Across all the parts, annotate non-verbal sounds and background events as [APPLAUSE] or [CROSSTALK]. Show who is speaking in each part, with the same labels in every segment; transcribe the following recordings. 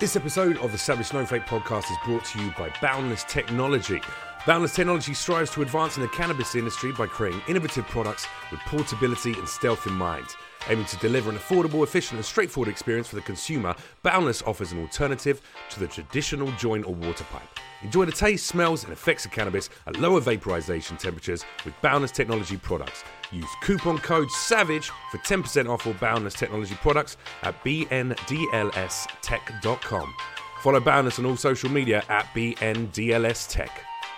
Speaker 1: This episode of the Savage Snowflake podcast is brought to you by Boundless Technology. Boundless Technology strives to advance in the cannabis industry by creating innovative products with portability and stealth in mind. Aiming to deliver an affordable, efficient, and straightforward experience for the consumer, Boundless offers an alternative to the traditional joint or water pipe. Enjoy the taste, smells, and effects of cannabis at lower vaporization temperatures with Boundless Technology products. Use coupon code SAVAGE for 10% off all Boundless Technology products at bndlstech.com. Follow Boundless on all social media at bndlstech.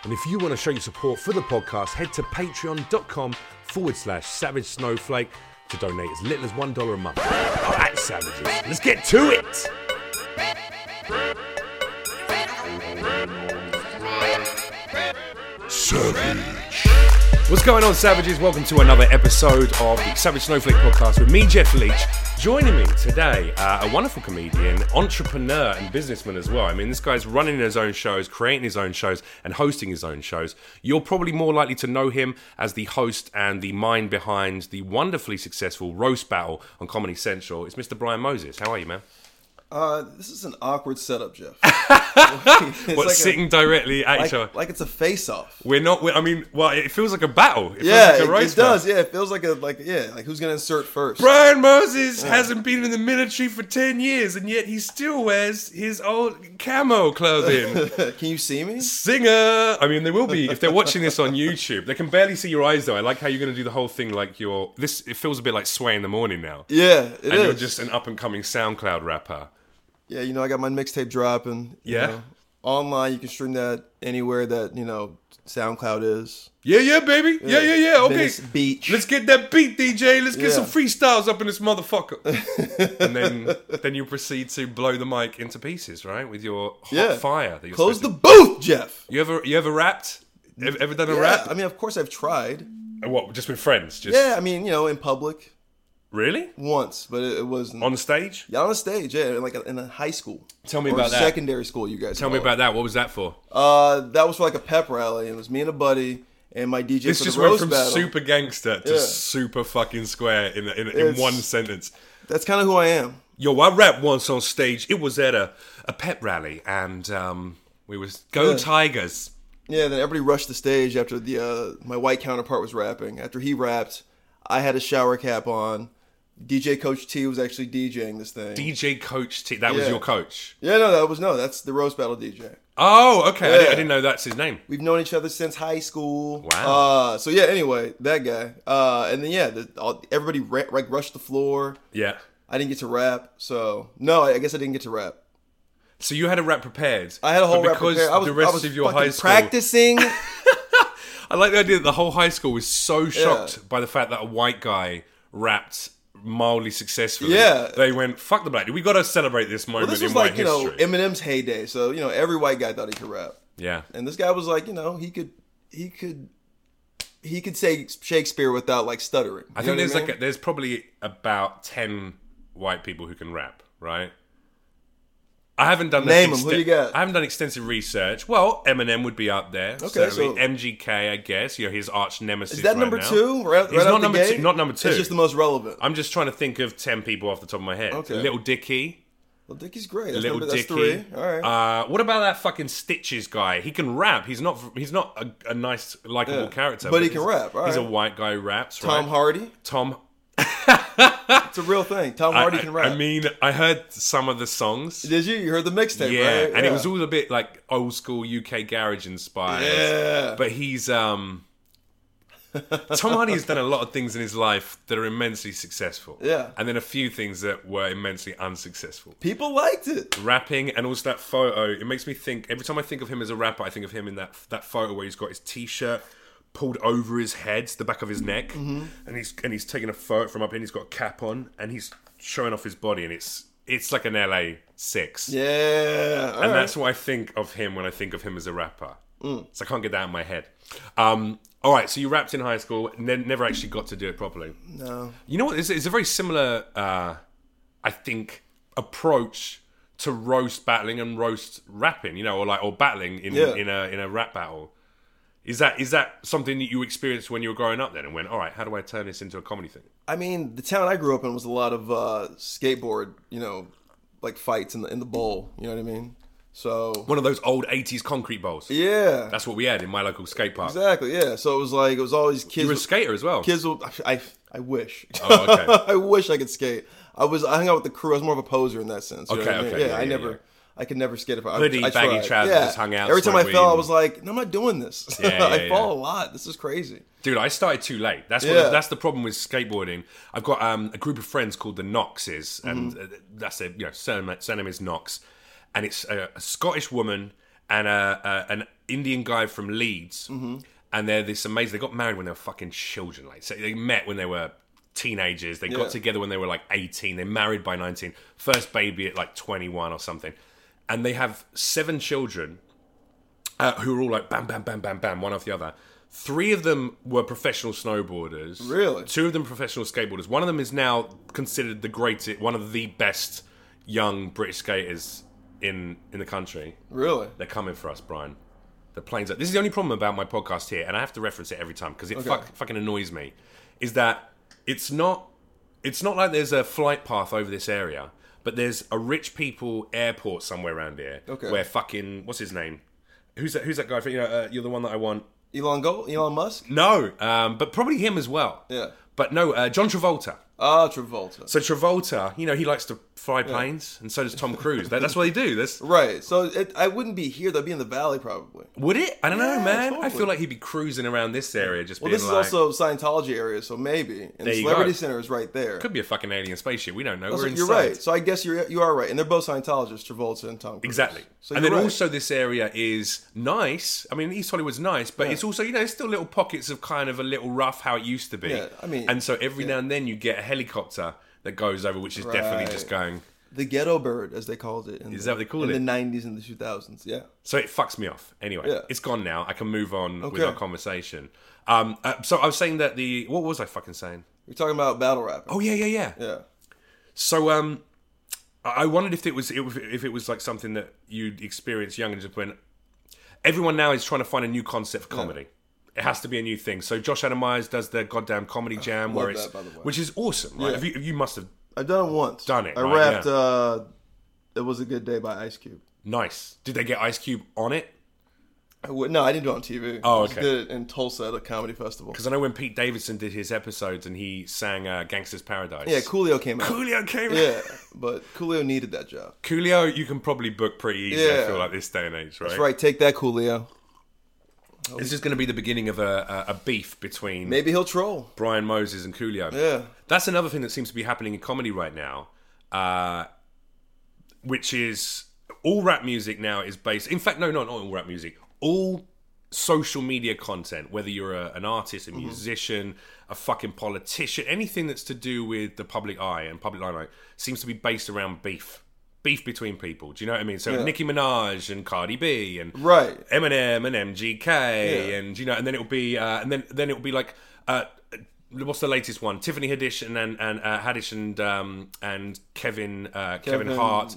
Speaker 1: And if you want to show your support for the podcast, head to patreon.com forward slash savage snowflake to donate as little as $1 a month. All right, savages, let's get to it! What's going on, Savages? Welcome to another episode of the Savage Snowflake Podcast with me, Jeff Leach. Joining me today, uh, a wonderful comedian, entrepreneur, and businessman as well. I mean, this guy's running his own shows, creating his own shows, and hosting his own shows. You're probably more likely to know him as the host and the mind behind the wonderfully successful Roast Battle on Comedy Central. It's Mr. Brian Moses. How are you, man?
Speaker 2: Uh, this is an awkward
Speaker 1: [LAUGHS]
Speaker 2: setup, Jeff.
Speaker 1: What's
Speaker 2: it's like a-
Speaker 1: sitting directly at each other?
Speaker 2: like, like it's a face-off.
Speaker 1: we're not. we I mean, well, it feels like a battle. It feels
Speaker 2: Yeah,
Speaker 1: like a
Speaker 2: it,
Speaker 1: roast
Speaker 2: it
Speaker 1: battle.
Speaker 2: does. Yeah, it feels like a like yeah, like who's gonna insert first?
Speaker 1: Brian Moses hasn't been in the military for 10 years and yet he still wears his old camo
Speaker 2: [LAUGHS]
Speaker 1: clothing.
Speaker 2: [LAUGHS] Can you see me?
Speaker 1: Singer! I mean, they will be. If they're watching this on YouTube, they can barely see your eyes though. I like how you're going to do the whole thing like you're. This, it feels a bit like Sway in the Morning now.
Speaker 2: Yeah, it is.
Speaker 1: and you're just an up and coming SoundCloud rapper.
Speaker 2: Yeah, you know, I got my mixtape dropping. you
Speaker 1: Yeah.
Speaker 2: know. online, you can stream that anywhere that you know SoundCloud is.
Speaker 1: Yeah, yeah, baby. Yeah, yeah, yeah. Okay.
Speaker 2: Venice Beach.
Speaker 1: Let's get that beat, DJ. Let's get
Speaker 2: Yeah.
Speaker 1: some freestyles up in this
Speaker 2: [LAUGHS]
Speaker 1: motherfucker. and then then you proceed to blow the mic into pieces, right? With your hot
Speaker 2: Yeah.
Speaker 1: fire that you're
Speaker 2: Close
Speaker 1: supposed
Speaker 2: the booth, Jeff.
Speaker 1: You ever you ever rapped? Ever, ever done a
Speaker 2: Yeah,
Speaker 1: rap?
Speaker 2: I mean, of course, I've tried.
Speaker 1: What? Just with friends? Just
Speaker 2: Yeah, I mean, you know, in public
Speaker 1: really
Speaker 2: once, but it, it wasn't.
Speaker 1: on stage?
Speaker 2: yeah, on stage, yeah, like in a high school.
Speaker 1: Tell me
Speaker 2: or
Speaker 1: about that.
Speaker 2: secondary school, you guys.
Speaker 1: Tell me about that. What was that for?
Speaker 2: Uh, that was for like a pep rally. It was me and a buddy and my DJ
Speaker 1: This
Speaker 2: for
Speaker 1: just
Speaker 2: the
Speaker 1: went
Speaker 2: roast
Speaker 1: from
Speaker 2: battle.
Speaker 1: super gangster to
Speaker 2: Yeah.
Speaker 1: super fucking square in in, in
Speaker 2: It's-
Speaker 1: one sentence.
Speaker 2: That's kind of who I am.
Speaker 1: Yo, I rapped once on stage. It was at a a pep rally, and um, we was go Tigers.
Speaker 2: Yeah. Then everybody rushed the stage after the uh, my white counterpart was rapping. After he rapped, I had a shower cap on. DJ Coach T was actually DJing this thing.
Speaker 1: DJ Coach T. That was
Speaker 2: Yeah.
Speaker 1: your coach.
Speaker 2: yeah, no, that was no. That's the roast battle DJ.
Speaker 1: Oh, okay. I, didn't, I
Speaker 2: Yeah.
Speaker 1: didn't know that's his name.
Speaker 2: We've known each other since high school.
Speaker 1: Wow.
Speaker 2: Uh, so yeah. Anyway, that guy. Uh, and then yeah, the, all, everybody ra- like rushed the floor.
Speaker 1: Yeah.
Speaker 2: I didn't get to rap. So no, I, I guess I didn't get to rap.
Speaker 1: So you had a rap prepared.
Speaker 2: I had a whole
Speaker 1: but
Speaker 2: rap
Speaker 1: because
Speaker 2: prepared. I was,
Speaker 1: the rest
Speaker 2: I was
Speaker 1: of your
Speaker 2: fucking
Speaker 1: high school [LAUGHS]
Speaker 2: practicing.
Speaker 1: I like the idea that the whole high school was so shocked by the fact that a white guy rapped mildly successfully.
Speaker 2: Yeah.
Speaker 1: They went, fuck the black dude. We got to celebrate this moment
Speaker 2: this
Speaker 1: in
Speaker 2: was
Speaker 1: white
Speaker 2: like you know
Speaker 1: history.
Speaker 2: Eminem's heyday, so you know every white guy thought he could rap,
Speaker 1: yeah.
Speaker 2: and this guy was like you know he could he could he could say Shakespeare without like stuttering.
Speaker 1: I think there's like a, there's probably about 10 white people who can rap, right? I haven't done
Speaker 2: Name
Speaker 1: that
Speaker 2: 'em. Who you got?
Speaker 1: I haven't done extensive research. Well, Eminem would be up there. Okay,
Speaker 2: Okay,
Speaker 1: certainly.
Speaker 2: so-
Speaker 1: MGK, I guess. You know, his arch nemesis.
Speaker 2: is that
Speaker 1: right
Speaker 2: number
Speaker 1: now.
Speaker 2: two? Right, right
Speaker 1: He's
Speaker 2: out
Speaker 1: not
Speaker 2: the
Speaker 1: number
Speaker 2: gate?
Speaker 1: two- not number two.
Speaker 2: It's just the most relevant.
Speaker 1: I'm just trying to think of 10 people off the top of my head.
Speaker 2: Okay.
Speaker 1: Little Dicky.
Speaker 2: Well, Dickie's great. That's,
Speaker 1: Little
Speaker 2: number, that's
Speaker 1: Dicky.
Speaker 2: three. All right.
Speaker 1: Uh, what about that fucking Stitches guy? He can rap. He's not. He's not a, a nice, likable
Speaker 2: Yeah.
Speaker 1: character.
Speaker 2: But he can
Speaker 1: he's-
Speaker 2: rap, all
Speaker 1: he's a
Speaker 2: right.
Speaker 1: white guy who raps.
Speaker 2: Tom
Speaker 1: right?
Speaker 2: Hardy.
Speaker 1: Tom
Speaker 2: It's a real thing. Tom Hardy
Speaker 1: I,
Speaker 2: can rap.
Speaker 1: I mean, I heard some of the songs. Yeah,
Speaker 2: did you? You heard the mixtape, right?
Speaker 1: and it was all a bit like old school UK garage inspired.
Speaker 2: Yeah.
Speaker 1: But he's um. Tom Hardy has done a lot of things in his life that are immensely successful.
Speaker 2: Yeah.
Speaker 1: And then a few things that were immensely unsuccessful.
Speaker 2: People liked it.
Speaker 1: rapping and also that photo it makes me think every time i think of him as a rapper i think of him in that that photo where he's got his t-shirt pulled over his head the back of his neck and he's and he's taking a photo from up here and he's got a cap on and he's showing off his body and it's it's like an la 6
Speaker 2: Yeah. all
Speaker 1: and
Speaker 2: right. Mm.
Speaker 1: that's what i think of him when i think of him as a rapper so i can't get that in my head um all right so you rapped in high school ne- never actually got to do it properly
Speaker 2: no.
Speaker 1: you know what? It's, it's a very similar, uh, I think, approach to roast battling and roast rapping. You know, or like or battling in
Speaker 2: Yeah.
Speaker 1: in a in a rap battle. Is that is that something that you experienced when you were growing up then, and went, all right, how do I turn this into a comedy thing?
Speaker 2: I mean, the town I grew up in was a lot of uh, skateboard, you know, like fights in the in the bowl. You know what I mean? So
Speaker 1: One of those old 80s concrete bowls.
Speaker 2: yeah,
Speaker 1: That's what we had in my local skate park.
Speaker 2: exactly. Yeah. So it was like it was always kids.
Speaker 1: You were a
Speaker 2: with-
Speaker 1: skater as well.
Speaker 2: Kids will. I, I wish.
Speaker 1: Oh, okay.
Speaker 2: [LAUGHS] I wish I could skate. I was. I hung out with the crew. I was more of a poser in that sense. you know
Speaker 1: Okay,
Speaker 2: what I mean?
Speaker 1: okay,
Speaker 2: Yeah,
Speaker 1: yeah,
Speaker 2: I
Speaker 1: yeah,
Speaker 2: never.
Speaker 1: yeah.
Speaker 2: I could never skate if I
Speaker 1: Hoodie,
Speaker 2: I
Speaker 1: baggy
Speaker 2: tried.
Speaker 1: trousers,
Speaker 2: yeah.
Speaker 1: just hung out,
Speaker 2: Every time I
Speaker 1: smoked
Speaker 2: fell, I
Speaker 1: weed.
Speaker 2: was like, "No, I'm not doing this. [LAUGHS]
Speaker 1: Yeah,
Speaker 2: I
Speaker 1: yeah,
Speaker 2: fall
Speaker 1: yeah.
Speaker 2: a lot. This is crazy."
Speaker 1: Dude, I started too late. That's
Speaker 2: Yeah.
Speaker 1: what, that's the problem with skateboarding. I've got um, a group of friends called the Knoxes, and
Speaker 2: Mm-hmm.
Speaker 1: uh, that's their you know surname, surname is Knox, and it's a, a Scottish woman and a, a, an Indian guy from Leeds,
Speaker 2: Mm-hmm.
Speaker 1: and they're this amazing. They got married when they were fucking children. Like so they met when they were teenagers. They
Speaker 2: Yeah.
Speaker 1: got together when they were like eighteen. They married by nineteen. First baby at like twenty one or something, and they have seven children uh, who were all like bam, bam, bam, bam, bam, one after the other. Three of them were professional snowboarders.
Speaker 2: Really?
Speaker 1: Two of them professional skateboarders. One of them is now considered the greatest, one of the best young British skaters in in the country.
Speaker 2: Really?
Speaker 1: They're coming for us, Brian. The planes. Are, this is the only problem about my podcast here, and I have to reference it every time because it fuck, fucking annoys me. Is that it's not it's not like there's a flight path over this area, but there's a rich people airport somewhere around here.
Speaker 2: Okay.
Speaker 1: Where fucking what's his name? Who's that? Who's that guy? You know, uh, you're the one that I want.
Speaker 2: Elon Go? Elon Musk?
Speaker 1: No, um, but probably him as well.
Speaker 2: Yeah.
Speaker 1: But no, uh, John Travolta.
Speaker 2: Ah, Travolta.
Speaker 1: So Travolta, you know, he likes to fly planes, and so does Tom Cruise. that, that's what they do.
Speaker 2: [LAUGHS]
Speaker 1: That's
Speaker 2: Right. So it, I wouldn't be here. That'd be in the valley probably.
Speaker 1: Would it? I don't know,
Speaker 2: Yeah,
Speaker 1: man. I
Speaker 2: totally.
Speaker 1: feel like he'd be cruising around this area, just
Speaker 2: Well,
Speaker 1: being
Speaker 2: this is
Speaker 1: like,
Speaker 2: also Scientology area, so maybe. And
Speaker 1: There
Speaker 2: the
Speaker 1: you go.
Speaker 2: Celebrity Center is right there.
Speaker 1: could be a fucking alien spaceship. We don't know.
Speaker 2: So
Speaker 1: We're inside.
Speaker 2: you're right. So I guess you're you are right, and they're both Scientologists, Travolta and Tom. Cruise.
Speaker 1: Exactly.
Speaker 2: So
Speaker 1: and
Speaker 2: you're
Speaker 1: then
Speaker 2: right.
Speaker 1: also, this area is nice. I mean, East Hollywood's nice, but it's also, you know, there's still little pockets of kind of a little rough how it used to be.
Speaker 2: Yeah, I mean-
Speaker 1: and so every now and then you get a helicopter that goes over, which is definitely just going.
Speaker 2: the ghetto bird, as they called it. In is
Speaker 1: that what they called it?
Speaker 2: in the '90s and the 2000s? Yeah.
Speaker 1: So it fucks me off. Anyway,
Speaker 2: Yeah.
Speaker 1: it's gone now. I can move on with
Speaker 2: Okay.
Speaker 1: our conversation. Um, uh, so I was saying that the what was I fucking saying?
Speaker 2: You're talking about battle rapping.
Speaker 1: Oh yeah, yeah, yeah.
Speaker 2: Yeah.
Speaker 1: So um, I I wondered if it was if it was like something that you'd experience young and just when everyone now is trying to find a new concept for comedy. It has to be a new thing. So Josh Adam Myers does the goddamn comedy jam where it's
Speaker 2: that, by the way.
Speaker 1: which is awesome. Right?
Speaker 2: Yeah.
Speaker 1: Have you, you must have
Speaker 2: I've done it once.
Speaker 1: Done it,
Speaker 2: I
Speaker 1: right,
Speaker 2: rapped.
Speaker 1: yeah.
Speaker 2: uh It was a good day by Ice Cube.
Speaker 1: nice. Did they get Ice Cube on it?
Speaker 2: I would no, I didn't do it on TV.
Speaker 1: Oh,
Speaker 2: I just
Speaker 1: okay.
Speaker 2: did it in Tulsa at a comedy festival.
Speaker 1: Because I know when Pete Davidson did his episodes and he sang uh, "Gangsters Paradise."
Speaker 2: Yeah, Coolio came out.
Speaker 1: Coolio came.
Speaker 2: Yeah, but Coolio needed that job.
Speaker 1: Coolio, you can probably book pretty easy. I
Speaker 2: Yeah.
Speaker 1: feel like this day and age, right?
Speaker 2: That's right. Take that, Coolio.
Speaker 1: This is going to be the beginning of a, a, a beef between
Speaker 2: Maybe he'll troll.
Speaker 1: Brian Moses and Coolio.
Speaker 2: Yeah.
Speaker 1: That's another thing that seems to be happening in comedy right now, uh, which is all rap music now is based. In fact, no, no, not all rap music. All social media content, whether you're a, an artist, a musician, a fucking politician, anything that's to do with the public eye and public limelight, seems to be based around beef. Beef between people. Do you know what I mean? So Nicki Minaj and Cardi B and
Speaker 2: Right.
Speaker 1: Eminem and MGK and you know, and then it'll be uh, and then then it'll be like uh, what's the latest one? Tiffany Haddish and and, and uh, Haddish and um, and Kevin uh, Kevin,
Speaker 2: Kevin- Oh,
Speaker 1: Hart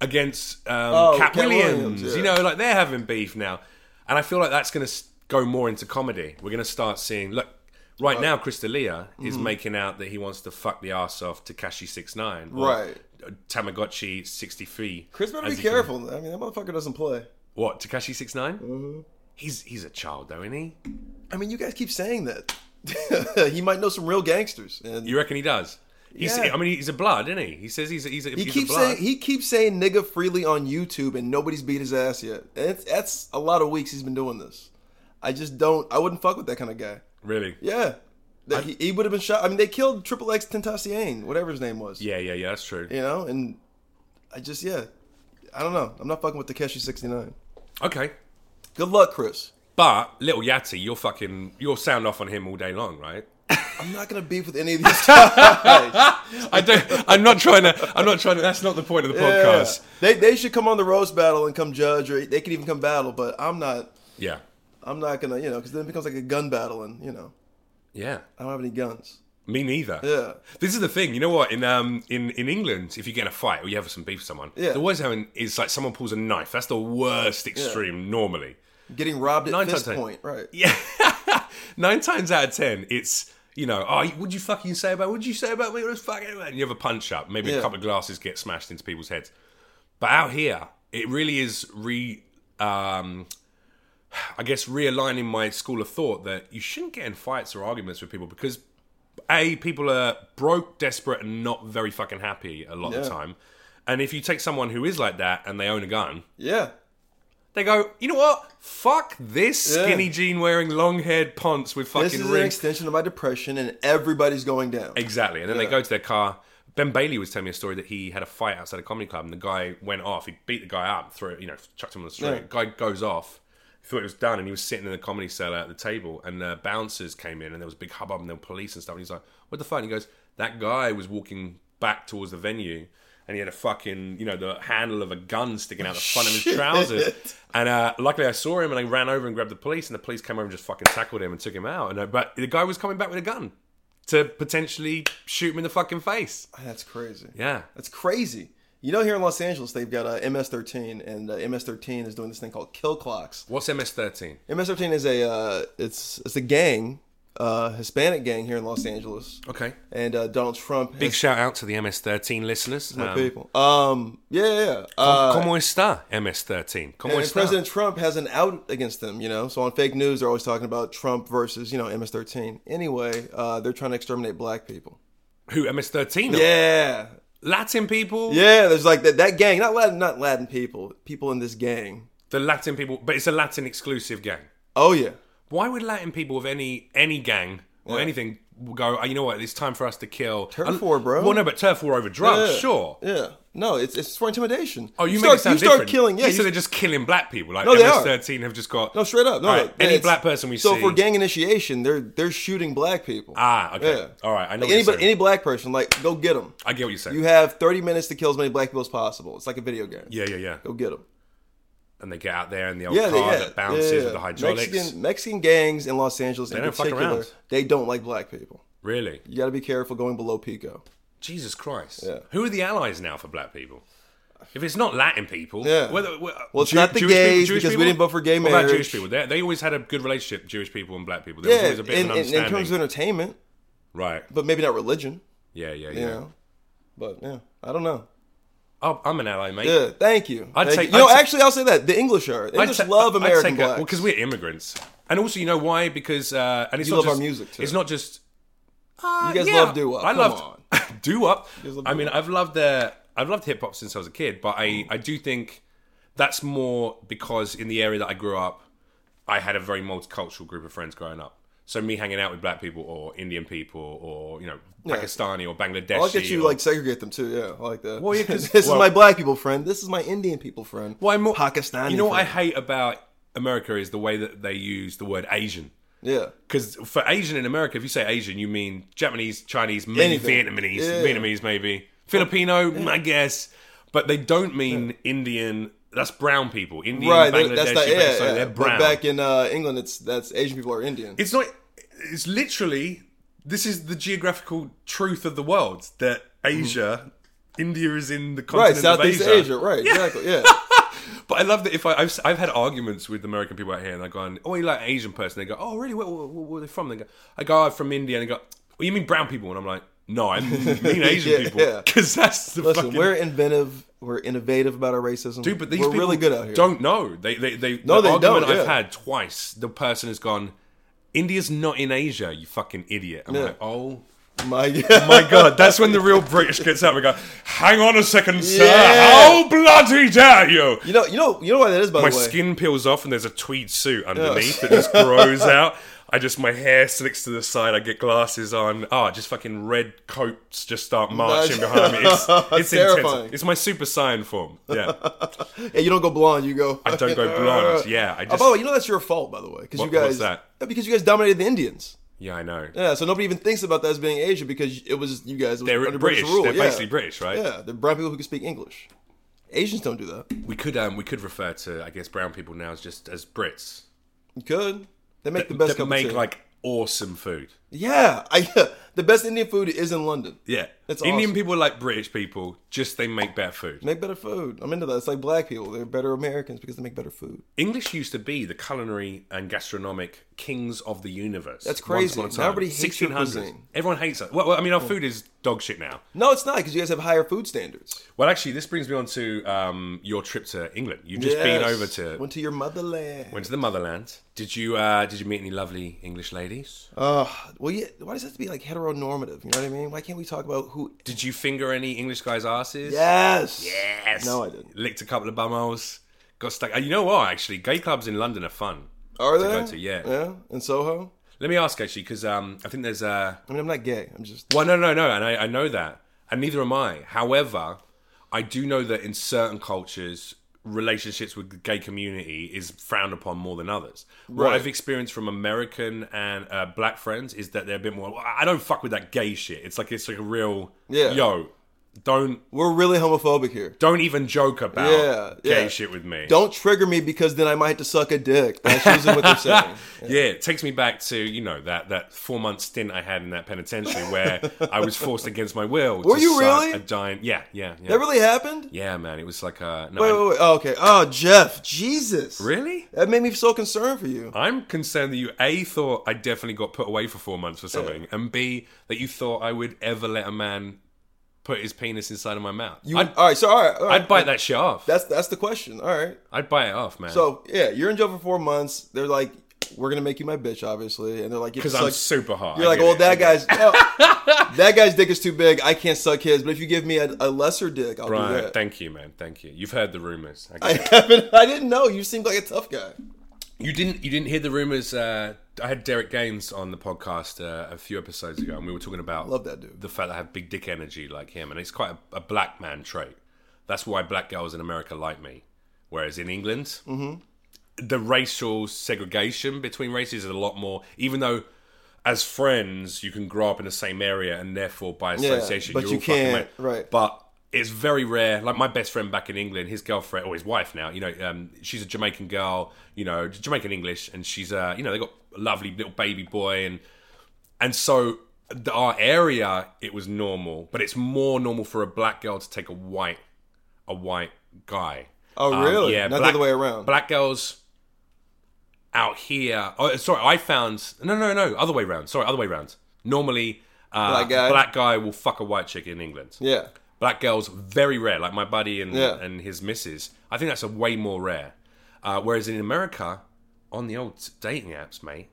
Speaker 1: against um, Cat,
Speaker 2: Cat
Speaker 1: Williams.
Speaker 2: Williams, yeah.
Speaker 1: You know, like they're having beef now, and I feel like that's going to go more into comedy. We're going to start seeing look.
Speaker 2: Uh,
Speaker 1: Right now, Chris D'Elia is
Speaker 2: mm-hmm.
Speaker 1: making out that he wants to fuck the ass off Takashi Six Nine,
Speaker 2: Right.
Speaker 1: Tamagotchi sixty three.
Speaker 2: Chris better be careful. I mean, that motherfucker doesn't play.
Speaker 1: What Takashi Six Nine?
Speaker 2: Mm-hmm.
Speaker 1: He's he's a child though, isn't he?
Speaker 2: I mean, you guys keep saying that. [LAUGHS] he might know some real gangsters, and
Speaker 1: You reckon he does? He's,
Speaker 2: Yeah.
Speaker 1: I mean, he's a blood, isn't he? He says he's a, he's a,
Speaker 2: he
Speaker 1: he's
Speaker 2: keeps
Speaker 1: a blood.
Speaker 2: saying he keeps saying nigga freely on YouTube, and nobody's beat his ass yet. And it's, that's a lot of weeks he's been doing this. I just don't. I wouldn't fuck with that kind of guy.
Speaker 1: really?
Speaker 2: Yeah, That he, he would have been shot. I mean, they killed Triple X Tentacion, whatever his name was.
Speaker 1: Yeah, yeah, yeah. That's true.
Speaker 2: you know, and I just yeah, I don't know. I'm not fucking with Takeshi 69.
Speaker 1: Okay,
Speaker 2: Good luck, Chris.
Speaker 1: but little Yati, you're fucking, you'll sound off on him all day long, right? [LAUGHS]
Speaker 2: I'm not gonna beef with any of these [LAUGHS] guys.
Speaker 1: I don't. I'm not trying to. I'm not trying to. That's not the point of the
Speaker 2: Yeah.
Speaker 1: podcast.
Speaker 2: They they should come on the roast battle and come judge, or they can even come battle. But I'm not.
Speaker 1: Yeah,
Speaker 2: I'm not gonna, you know, because then it becomes like a gun battle, and you know,
Speaker 1: yeah.
Speaker 2: I don't have any guns.
Speaker 1: Me neither.
Speaker 2: Yeah.
Speaker 1: This is the thing. You know what? In um in in England, if you get in a fight or you have some beef with someone,
Speaker 2: Yeah.
Speaker 1: the worst having is like someone pulls a knife. That's the worst extreme normally.
Speaker 2: Getting robbed at
Speaker 1: Nine
Speaker 2: fist
Speaker 1: times out of-
Speaker 2: point, right?
Speaker 1: [LAUGHS] Yeah. Nine times out of ten, it's you know, oh, what'd you fucking say about? What'd you say about me? It was fucking. And you have a punch up. Maybe a
Speaker 2: Yeah.
Speaker 1: couple of glasses get smashed into people's heads. But out here, it really is re. Um, I guess realigning my school of thought that you shouldn't get in fights or arguments with people because a people are broke, desperate, and not very fucking happy a lot of the
Speaker 2: Yeah.
Speaker 1: time. And if you take someone who is like that and they own a gun,
Speaker 2: Yeah.
Speaker 1: they go, you know what? Fuck this
Speaker 2: Yeah.
Speaker 1: skinny jean wearing long haired ponce with
Speaker 2: This
Speaker 1: fucking
Speaker 2: is an
Speaker 1: rings.
Speaker 2: extension of my depression, and everybody's going down.
Speaker 1: Exactly. And then they
Speaker 2: Yeah.
Speaker 1: go to their car. Ben Bailey was telling me a story that he had a fight outside a comedy club and the guy went off. He beat the guy up, threw you know, chucked him on the street.
Speaker 2: Yeah.
Speaker 1: Guy goes off. Thought it was done, and he was sitting in the comedy cellar at the table, and the bouncers came in, and there was a big hubbub, and there were police and stuff. And he's like, "What the fuck?" And he goes, "That guy was walking back towards the venue, and he had a fucking, you know, the handle of a gun sticking out the front of his
Speaker 2: [LAUGHS] Shit.
Speaker 1: trousers." And uh, luckily, I saw him, and I ran over and grabbed the police, and the police came over and just fucking tackled him and took him out. And uh, but the guy was coming back with a gun to potentially shoot him in the fucking face.
Speaker 2: That's crazy.
Speaker 1: Yeah.
Speaker 2: That's crazy. You know, here in Los Angeles, they've got a MS-13, and uh, MS-13 is doing this thing called kill clocks.
Speaker 1: What's MS13?
Speaker 2: MS-13 is a uh, it's it's a gang, uh, Hispanic gang here in Los Angeles,
Speaker 1: Okay.
Speaker 2: and uh, Donald Trump. has-
Speaker 1: Big shout out to the MS13 listeners.
Speaker 2: my
Speaker 1: Um,
Speaker 2: people. Um, yeah, yeah. yeah. Uh,
Speaker 1: Como está MS13? Como
Speaker 2: and
Speaker 1: está?
Speaker 2: President Trump has an out against them, you know. So on fake news, they're always talking about Trump versus you know MS-13. Anyway, uh, they're trying to exterminate black people.
Speaker 1: Who MS13? are?
Speaker 2: Yeah,
Speaker 1: Latin people.
Speaker 2: yeah. There's like that that gang, not Latin, not Latin people, people in this gang.
Speaker 1: The Latin people, but it's a Latin exclusive gang.
Speaker 2: Oh yeah,
Speaker 1: Why would Latin people of any any gang or anything go? Oh, you know what? It's time for us to kill
Speaker 2: Turf
Speaker 1: Un-
Speaker 2: war, bro.
Speaker 1: Well, no, but turf war over drugs,
Speaker 2: Yeah.
Speaker 1: sure.
Speaker 2: yeah. No, it's it's for intimidation.
Speaker 1: Oh, you, make
Speaker 2: start
Speaker 1: it sound
Speaker 2: you start
Speaker 1: different.
Speaker 2: killing. Yeah,
Speaker 1: You
Speaker 2: you
Speaker 1: said they're just killing black people. Like
Speaker 2: No, they are.
Speaker 1: MS13 have just got
Speaker 2: No, straight up. No,
Speaker 1: All right,
Speaker 2: no,
Speaker 1: any
Speaker 2: it's-
Speaker 1: black person we
Speaker 2: so
Speaker 1: see-
Speaker 2: for gang initiation, they're they're shooting black people.
Speaker 1: ah. Okay,
Speaker 2: Yeah.
Speaker 1: all right. I know.
Speaker 2: Like
Speaker 1: what you're
Speaker 2: anybody,
Speaker 1: saying.
Speaker 2: any black person, like go get them.
Speaker 1: I get what you're saying.
Speaker 2: You have 30 minutes to kill as many black people as possible. It's like a video game.
Speaker 1: yeah, yeah, yeah.
Speaker 2: Go get them.
Speaker 1: and they get out there in the old
Speaker 2: Yeah, they,
Speaker 1: car
Speaker 2: yeah,
Speaker 1: that bounces
Speaker 2: yeah,
Speaker 1: with the
Speaker 2: yeah.
Speaker 1: hydraulics.
Speaker 2: Mexican, Mexican gangs in Los Angeles in
Speaker 1: don't fuck
Speaker 2: particular,
Speaker 1: around.
Speaker 2: they don't like black people.
Speaker 1: Really?
Speaker 2: You got to be careful going below Pico.
Speaker 1: Jesus Christ.
Speaker 2: Yeah.
Speaker 1: Who are the allies now for black people? If it's not Latin people,
Speaker 2: Yeah.
Speaker 1: whether, well,
Speaker 2: it's not the gays because we didn't vote for gay
Speaker 1: What about Jewish
Speaker 2: marriage.
Speaker 1: people? They, they always had a good relationship, Jewish people and black people. There was
Speaker 2: Yeah,
Speaker 1: always a bit
Speaker 2: in,
Speaker 1: of an
Speaker 2: in, in
Speaker 1: understanding.
Speaker 2: terms of entertainment,
Speaker 1: right.
Speaker 2: but maybe not religion.
Speaker 1: Yeah, yeah, yeah.
Speaker 2: You know, but yeah, I don't know.
Speaker 1: Oh, I'm an ally, mate.
Speaker 2: Yeah, thank you.
Speaker 1: I'd
Speaker 2: Thank
Speaker 1: say-
Speaker 2: you. You know,
Speaker 1: I'd say-
Speaker 2: actually, I'll say that the English are. The
Speaker 1: I'd
Speaker 2: English
Speaker 1: ta-
Speaker 2: love
Speaker 1: I'd
Speaker 2: American
Speaker 1: take a- well,
Speaker 2: blacks.
Speaker 1: because we're immigrants, and also you know why? Because uh, and it's
Speaker 2: You
Speaker 1: not
Speaker 2: love our
Speaker 1: just-
Speaker 2: music, too.
Speaker 1: It's not just uh,
Speaker 2: You guys
Speaker 1: yeah,
Speaker 2: love doo-wop.
Speaker 1: I
Speaker 2: Come
Speaker 1: loved [LAUGHS] do up.
Speaker 2: love Mm.
Speaker 1: I mean, I've loved uh, I've loved hip hop since I was a kid, but I I do think that's more because in the area that I grew up, I had a very multicultural group of friends growing up. So me hanging out with black people or Indian people or you know Pakistani or Bangladeshi.
Speaker 2: I like that you
Speaker 1: or-
Speaker 2: like segregate them too. Yeah, I like that.
Speaker 1: Well, yeah, 'cause-
Speaker 2: [LAUGHS] this is
Speaker 1: well-
Speaker 2: my black people friend. This is my Indian people friend.
Speaker 1: Well, I'm more-
Speaker 2: Pakistani?
Speaker 1: You know what I
Speaker 2: friend.
Speaker 1: hate about America is the way that they use the word Asian.
Speaker 2: yeah,
Speaker 1: Because for Asian in America, if you say Asian, you mean Japanese, Chinese, maybe
Speaker 2: Anything.
Speaker 1: Vietnamese,
Speaker 2: Yeah. Oh,
Speaker 1: Vietnamese, maybe Filipino, mm, I guess. But they don't mean Indian. That's brown people. Indian,
Speaker 2: right. that-
Speaker 1: Bangladeshi,
Speaker 2: That's that. Yeah,
Speaker 1: so
Speaker 2: yeah.
Speaker 1: they're
Speaker 2: But
Speaker 1: brown.
Speaker 2: Back in uh, England, it's that's Asian people are Indian.
Speaker 1: it's not. It's literally. This is the geographical truth of the world that Asia, India is in the
Speaker 2: Mm. right,
Speaker 1: continent of
Speaker 2: Southeast Asia. Right, exactly.
Speaker 1: [LAUGHS]
Speaker 2: Yeah,
Speaker 1: But I love that if I, I've, I've had arguments with American people out here and I've gone, oh, you like an Asian person? They go, oh, really? Where, where, where are they from? They go, I go, I'm from India. And they go, well, you mean brown people? And I'm like, no, I
Speaker 2: [LAUGHS]
Speaker 1: mean Asian
Speaker 2: Yeah,
Speaker 1: people.
Speaker 2: yeah.
Speaker 1: Because that's the
Speaker 2: listen,
Speaker 1: fucking...
Speaker 2: we're inventive. We're innovative about our racism.
Speaker 1: Dude, but these
Speaker 2: we're
Speaker 1: people
Speaker 2: really good out here.
Speaker 1: don't know. They, they, they,
Speaker 2: No,
Speaker 1: the
Speaker 2: they
Speaker 1: argument
Speaker 2: don't,
Speaker 1: I've
Speaker 2: yeah.
Speaker 1: had twice, the person has gone, India's not in Asia, you fucking idiot. I'm
Speaker 2: Yeah.
Speaker 1: like, oh...
Speaker 2: my
Speaker 1: [LAUGHS]
Speaker 2: [LAUGHS]
Speaker 1: My God, that's when the real British gets up and go, hang on a second, sir.
Speaker 2: Yeah.
Speaker 1: How bloody dare you?
Speaker 2: You know, you know, you know why that is. By
Speaker 1: my
Speaker 2: the way,
Speaker 1: skin peels off and there's a tweed suit underneath that just grows out. I just my hair slicks to the side. I get glasses on. Oh, just fucking red coats just start marching
Speaker 2: That's-
Speaker 1: behind me.
Speaker 2: [LAUGHS]
Speaker 1: It's, it's
Speaker 2: Terrifying.
Speaker 1: intense. It's my super saiyan form. Yeah,
Speaker 2: yeah, you don't go blonde. You go.
Speaker 1: I don't
Speaker 2: [LAUGHS]
Speaker 1: go blonde. Yeah, I
Speaker 2: Oh,
Speaker 1: just
Speaker 2: by the way, you know that's your fault, by the way, because you
Speaker 1: What-
Speaker 2: guys
Speaker 1: what's that?
Speaker 2: because you guys dominated the Indians.
Speaker 1: yeah I know.
Speaker 2: Yeah, so nobody even thinks about that as being Asian because it was you guys. It was
Speaker 1: They're
Speaker 2: under
Speaker 1: British.
Speaker 2: rule.
Speaker 1: They're
Speaker 2: yeah.
Speaker 1: basically British, right?
Speaker 2: Yeah, they're brown people who can speak English. Asians don't do that.
Speaker 1: We could um we could refer to I guess brown people now as just as Brits
Speaker 2: You could. They make the best
Speaker 1: that
Speaker 2: cup
Speaker 1: make
Speaker 2: of tea.
Speaker 1: like awesome food.
Speaker 2: Yeah, I, [LAUGHS] the best Indian food is in London.
Speaker 1: Yeah.
Speaker 2: That's
Speaker 1: Indian
Speaker 2: awesome.
Speaker 1: people are like British people, just they make better food.
Speaker 2: Make better food. I'm into that. It's like black people; they're better Americans because they make better food.
Speaker 1: English used to be the culinary and gastronomic kings of the universe.
Speaker 2: That's
Speaker 1: Once
Speaker 2: crazy.
Speaker 1: upon a
Speaker 2: Now
Speaker 1: time.
Speaker 2: everybody hates your
Speaker 1: 1600s.
Speaker 2: cuisine.
Speaker 1: Everyone hates it. Well, well, I mean, our food is dog shit now.
Speaker 2: No, it's not because you guys have higher food standards.
Speaker 1: Well, actually, this brings me on to um, your trip to England. You've just been
Speaker 2: Yes.
Speaker 1: over to
Speaker 2: went to your motherland.
Speaker 1: went to the motherland. Did you uh, did you meet any lovely English ladies?
Speaker 2: Uh, well, yeah. Why does it have to be like heteronormative? You know what I mean? Why can't we talk about who?
Speaker 1: Did you finger any English guys' asses?
Speaker 2: Yes.
Speaker 1: Yes.
Speaker 2: No, I didn't.
Speaker 1: Licked a couple of bumholes. Got stuck. uh, You know what? Actually, gay clubs in London are fun.
Speaker 2: Are
Speaker 1: to
Speaker 2: they?
Speaker 1: go to, yeah.
Speaker 2: Yeah. In Soho.
Speaker 1: Let me ask actually, because um, I think there's Uh,
Speaker 2: I mean, I'm not gay. I'm just.
Speaker 1: Well, no, no, no, and I, I know that, and neither am I. However, I do know that in certain cultures, relationships with the gay community is frowned upon more than others. What
Speaker 2: Right.
Speaker 1: I've experienced from American and uh, black friends is that they're a bit more. "Well, I don't fuck with that gay shit. It's like it's like a real
Speaker 2: Yeah.
Speaker 1: Yo, don't
Speaker 2: We're really homophobic here.
Speaker 1: don't even joke about
Speaker 2: Yeah,
Speaker 1: gay
Speaker 2: yeah.
Speaker 1: shit with me.
Speaker 2: Don't trigger me because then I might have to suck a dick. That's usually what they're saying.
Speaker 1: [LAUGHS] Yeah, it takes me back to you know that that four month stint I had in that penitentiary
Speaker 2: [LAUGHS]
Speaker 1: where I was forced against my will.
Speaker 2: Were
Speaker 1: to
Speaker 2: you
Speaker 1: suck
Speaker 2: really?
Speaker 1: a giant? Yeah, yeah, yeah.
Speaker 2: That really happened?
Speaker 1: Yeah, man, it was like uh no,
Speaker 2: Wait,
Speaker 1: I'm-
Speaker 2: wait, wait. Oh, okay. Oh, Jeff. Jesus.
Speaker 1: really?
Speaker 2: That made me so concerned for you.
Speaker 1: I'm concerned that you a thought I definitely got put away for four months for something, and b that you thought I would ever let a man put his penis inside of my mouth.
Speaker 2: You.
Speaker 1: I'd,
Speaker 2: all right. So all right. All right.
Speaker 1: I'd bite that shit off.
Speaker 2: That's that's the question. All right.
Speaker 1: I'd bite it off, man.
Speaker 2: So yeah, you're in jail for four months. They're like, we're gonna make you my bitch, obviously, and they're like,
Speaker 1: because I'm super hard.
Speaker 2: You're like, well, that guy's
Speaker 1: [LAUGHS]
Speaker 2: oh, that guy's dick is too big. I can't suck his. But if you give me a, a lesser dick, I'll do
Speaker 1: Right,
Speaker 2: that.
Speaker 1: thank you, man. Thank you. You've heard the rumors. I
Speaker 2: [LAUGHS] I
Speaker 1: get it.
Speaker 2: haven't. I didn't know. You seemed like a tough guy.
Speaker 1: You didn't. You didn't hear the rumors. Uh, I had Derek Gaines on the podcast uh, a few episodes ago, and we were talking about
Speaker 2: Love that dude.
Speaker 1: the fact that I have big dick energy like him, and it's quite a, a black man trait. That's why black girls in America like me, whereas in England, the racial segregation between races is a lot more. Even though, as friends, you can grow up in the same area, and therefore by association,
Speaker 2: but
Speaker 1: you're
Speaker 2: you
Speaker 1: all fucking
Speaker 2: can't-
Speaker 1: mate.
Speaker 2: right.
Speaker 1: But it's very rare. Like my best friend back in England, his girlfriend or his wife now, you know, um, she's a Jamaican girl, you know, Jamaican English, and she's uh, you know, they got a lovely little baby boy, and and so the, our area it was normal, but it's more normal for a black girl to take a white a white guy.
Speaker 2: Oh,
Speaker 1: Um,
Speaker 2: really?
Speaker 1: yeah,
Speaker 2: Not
Speaker 1: black-
Speaker 2: the other way around.
Speaker 1: Black girls out here. Oh, sorry, I found no, no, no, other way round. Sorry, other way round. Normally, uh,
Speaker 2: Black guy.
Speaker 1: black guy will fuck a white chick in England.
Speaker 2: yeah.
Speaker 1: Black girls very rare. Like my buddy and
Speaker 2: Yeah.
Speaker 1: and his missus. I think that's a way more rare. Uh, whereas in America, on the old dating apps, mate,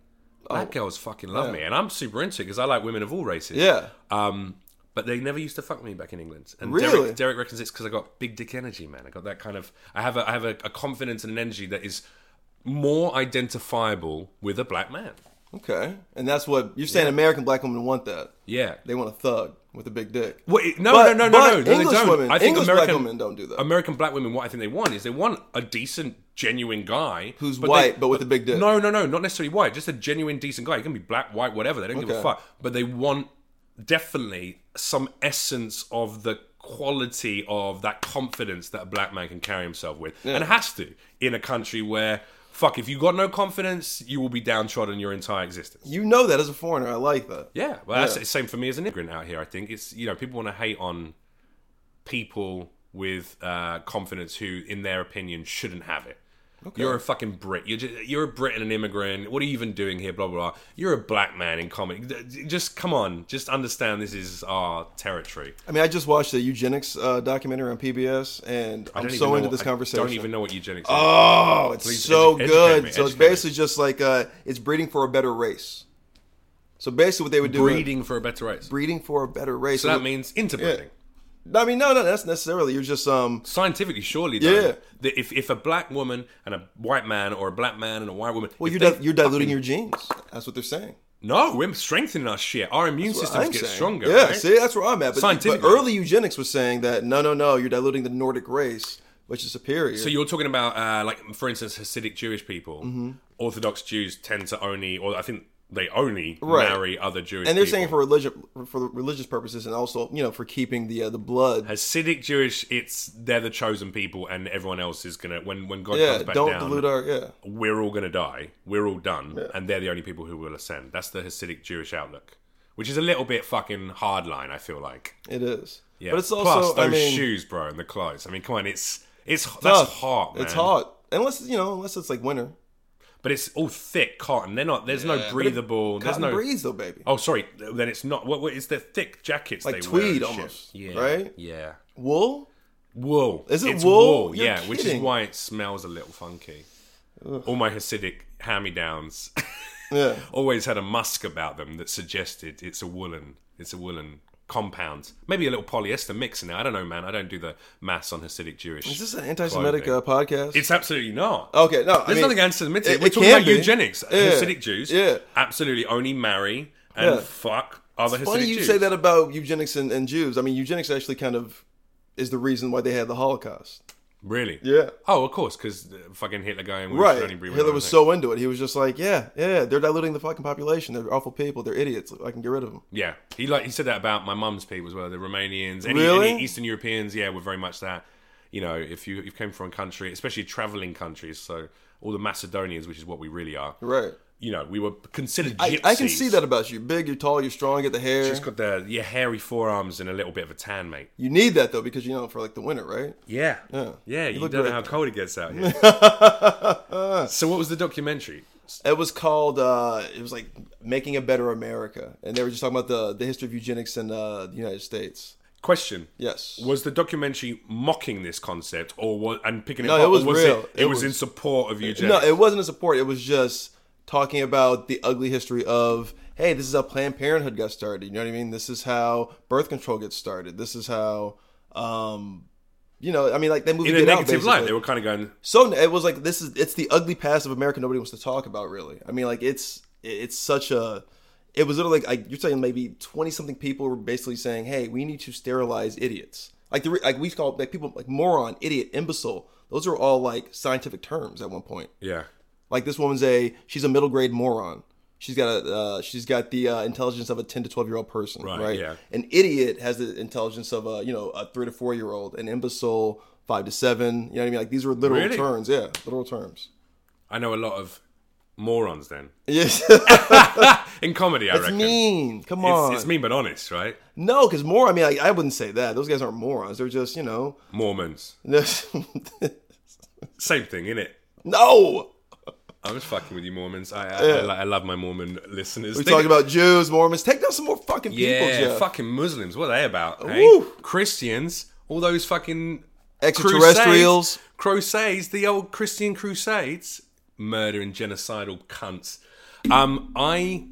Speaker 2: Oh,
Speaker 1: black girls fucking love me, and I'm super into it because I like women of all races.
Speaker 2: Yeah.
Speaker 1: Um, but they never used to fuck me back in England. And
Speaker 2: Really?
Speaker 1: Derek, Derek reckons it's because I got big dick energy, man. I got that kind of. I have a, I have a, a confidence and an energy that is more identifiable with a black man.
Speaker 2: Okay. And that's what you're saying. American black women want that.
Speaker 1: Yeah.
Speaker 2: They want a thug with a big dick.
Speaker 1: Wait, no,
Speaker 2: But-
Speaker 1: no, no,
Speaker 2: but
Speaker 1: no, no, no.
Speaker 2: English
Speaker 1: they don't.
Speaker 2: women-
Speaker 1: I think
Speaker 2: English black
Speaker 1: American
Speaker 2: women don't do that.
Speaker 1: American black women, what I think they want is they want a decent, genuine guy
Speaker 2: Who's
Speaker 1: but
Speaker 2: white
Speaker 1: they-
Speaker 2: but with a big dick?
Speaker 1: No, no, no, not necessarily white. Just a genuine, decent guy. He can be black, white, whatever. They don't give a
Speaker 2: Okay.
Speaker 1: fuck. But they want definitely some essence of the quality of that confidence that a black man can carry himself with, and has to in a country where. Fuck! If you got no confidence, you will be downtrodden your entire existence.
Speaker 2: You know that as a foreigner. I like that.
Speaker 1: Yeah, well, that's the same for me as an immigrant out here. I think it's you know people want to hate on people with uh, confidence who, in their opinion, shouldn't have it. You're a fucking Brit. You're just, you're a Brit and an immigrant. What are you even doing here? Blah blah. blah. You're a black man in comedy. Just come on. Just understand this is our territory.
Speaker 2: I mean, I just watched the eugenics uh, documentary on PBS, and I'm
Speaker 1: don't even
Speaker 2: so
Speaker 1: know
Speaker 2: into
Speaker 1: what-
Speaker 2: this
Speaker 1: I
Speaker 2: conversation.
Speaker 1: don't even know what eugenics. is.
Speaker 2: Oh, it's so
Speaker 1: edu- educate
Speaker 2: good.
Speaker 1: me,
Speaker 2: so it's
Speaker 1: educate me.
Speaker 2: basically just like uh, it's breeding for a better race. So basically, what they would do
Speaker 1: Breeding for a better race.
Speaker 2: breeding for a better race.
Speaker 1: So that means interbreeding.
Speaker 2: I mean, no, no, that's necessarily. You're just um,
Speaker 1: Scientifically, surely, though,
Speaker 2: Yeah.
Speaker 1: that if if a black woman and a white man, or a black man and a white woman,
Speaker 2: well,
Speaker 1: if
Speaker 2: you're
Speaker 1: they
Speaker 2: di- you're diluting your genes. That's what they're saying.
Speaker 1: No, we're strengthening our shit. Our immune systems
Speaker 2: I'm
Speaker 1: get
Speaker 2: saying.
Speaker 1: stronger.
Speaker 2: Yeah,
Speaker 1: right?
Speaker 2: see, that's where I'm at. But, but
Speaker 1: Scientifically.
Speaker 2: early eugenics was saying that no, no, no, you're diluting the Nordic race, which is superior.
Speaker 1: So you're
Speaker 2: Mm-hmm.
Speaker 1: talking about, uh, like, for instance, Hasidic Jewish people. Orthodox Jews tend to only, or I think they only
Speaker 2: Right.
Speaker 1: marry other Jewish
Speaker 2: and they're
Speaker 1: people.
Speaker 2: saying for religious for religious purposes, and also you know for keeping the uh, the blood.
Speaker 1: Hasidic Jewish, it's they're the chosen people, and everyone else is gonna when when God
Speaker 2: Yeah,
Speaker 1: comes back
Speaker 2: don't
Speaker 1: down,
Speaker 2: dilute our yeah.
Speaker 1: we're all gonna die, we're all done, and they're the only people who will ascend. That's the Hasidic Jewish outlook, which is a little bit fucking hardline. I feel like,
Speaker 2: It is,
Speaker 1: yeah.
Speaker 2: but it's also
Speaker 1: Plus those
Speaker 2: I mean,
Speaker 1: shoes, bro, and the clothes. I mean, come on, it's it's that's
Speaker 2: tough.
Speaker 1: hot, man.
Speaker 2: It's hot unless you know unless it's like winter.
Speaker 1: but it's all thick cotton. They're not. There's
Speaker 2: Yeah.
Speaker 1: no breathable. There's
Speaker 2: Cotton
Speaker 1: no.
Speaker 2: breeze though, baby.
Speaker 1: oh, sorry. Then it's not. What, what it's the thick jackets
Speaker 2: Like
Speaker 1: they wear and
Speaker 2: tweed
Speaker 1: shit.
Speaker 2: almost,
Speaker 1: Yeah.
Speaker 2: right?
Speaker 1: Yeah.
Speaker 2: Wool.
Speaker 1: Wool.
Speaker 2: Is it
Speaker 1: It's
Speaker 2: wool? You're
Speaker 1: Yeah, which is
Speaker 2: kidding.
Speaker 1: why it smells a little funky. All my Hasidic hand me downs
Speaker 2: Yeah,
Speaker 1: [LAUGHS] always had a musk about them that suggested it's a woolen it's a woolen compound. Maybe a little polyester mix in there. I don't know, man. I don't do the maths on Hasidic Jewish.
Speaker 2: is this an anti-Semitic uh,
Speaker 1: Clothing.
Speaker 2: podcast?
Speaker 1: it's absolutely not.
Speaker 2: okay, no, I
Speaker 1: There's
Speaker 2: mean,
Speaker 1: nothing anti-Semitic.
Speaker 2: it-
Speaker 1: We're
Speaker 2: it
Speaker 1: talking
Speaker 2: can
Speaker 1: about
Speaker 2: be.
Speaker 1: eugenics.
Speaker 2: Yeah.
Speaker 1: Hasidic Jews
Speaker 2: Yeah.
Speaker 1: absolutely only marry and
Speaker 2: Yeah.
Speaker 1: fuck other Hasidic
Speaker 2: Funny you
Speaker 1: Jews.
Speaker 2: say that about eugenics and, and Jews. I mean, eugenics actually kind of is the reason why they had the Holocaust.
Speaker 1: Really?
Speaker 2: Yeah.
Speaker 1: Oh, of course, because fucking Hitler going we
Speaker 2: Right.
Speaker 1: should only breed
Speaker 2: Hitler
Speaker 1: one
Speaker 2: was
Speaker 1: thing.
Speaker 2: so into it. He was just like, yeah, yeah, they're diluting the fucking population. They're awful people. They're idiots. I can get rid of them.
Speaker 1: Yeah, he like he said that about my mum's people as well. The Romanians, any,
Speaker 2: Really?
Speaker 1: any Eastern Europeans, yeah, were very much that. You know, if you you've came from a country, especially traveling countries, so all the Macedonians, which is what we really are.
Speaker 2: Right.
Speaker 1: You know, we were considered.
Speaker 2: I, I can
Speaker 1: gypsies.
Speaker 2: see that about you. Big, you're tall, you're strong, you get the hair.
Speaker 1: Just got the your hairy forearms and a little bit of a tan, mate.
Speaker 2: you need that though because you know for like the winter, right?
Speaker 1: Yeah, yeah. you
Speaker 2: look
Speaker 1: don't know
Speaker 2: great.
Speaker 1: how cold it gets out here.
Speaker 2: [LAUGHS]
Speaker 1: so, what was the documentary?
Speaker 2: It was called. Uh, it was like making a better America, and they were just talking about the the history of eugenics in uh, the United States.
Speaker 1: Question.
Speaker 2: Yes.
Speaker 1: Was the documentary mocking this concept, or was and picking it
Speaker 2: No,
Speaker 1: up?
Speaker 2: it
Speaker 1: or
Speaker 2: was real.
Speaker 1: It, it,
Speaker 2: It
Speaker 1: was,
Speaker 2: was-
Speaker 1: in support of eugenics.
Speaker 2: No, it wasn't a support. It was just talking about the ugly history of hey, this is how Planned Parenthood got started. You know what I mean? This is how birth control gets started. This is how, um, you know, I mean, like they movie
Speaker 1: in a
Speaker 2: Get Out,
Speaker 1: negative light,
Speaker 2: basically.
Speaker 1: they were kind of going,
Speaker 2: so it was like this is it's the ugly past of America. Nobody wants to talk about really. I mean, like it's it's such a. It was literally like, like you're saying maybe twenty something people were basically saying, "Hey, we need to sterilize idiots." Like the re- like we call like people like moron, idiot, imbecile. Those are all like scientific terms at one point.
Speaker 1: yeah.
Speaker 2: Like this woman's a she's a middle grade moron. She's got a uh, she's got the uh, intelligence of a ten to twelve year old person,
Speaker 1: Right,
Speaker 2: right?
Speaker 1: yeah.
Speaker 2: An idiot has the intelligence of a you know a three to four year old. An imbecile five to seven. You know what I mean? Like these were literal
Speaker 1: Really?
Speaker 2: terms. Yeah, literal terms. [LAUGHS]
Speaker 1: I know a lot of morons then.
Speaker 2: Yes,
Speaker 1: In comedy, I
Speaker 2: it's
Speaker 1: reckon.
Speaker 2: mean. Come on,
Speaker 1: It's, it's mean but honest, right?
Speaker 2: no, because more. I mean, like, I wouldn't say that. Those guys aren't morons. They're just you know. [LAUGHS]
Speaker 1: Mormons. Same thing, innit?
Speaker 2: no,
Speaker 1: I'm just fucking with you, Mormons. I, I, I, li- I love my Mormon listeners.
Speaker 2: we talking about Jews, Mormons. Take down some more fucking people,
Speaker 1: yeah,
Speaker 2: Jeff.
Speaker 1: fucking Muslims. What are they about? eh?
Speaker 2: Woo.
Speaker 1: Christians, all those fucking
Speaker 2: Extraterrestrials.
Speaker 1: crusades, crusades, the old Christian crusades, murdering genocidal cunts. Um, I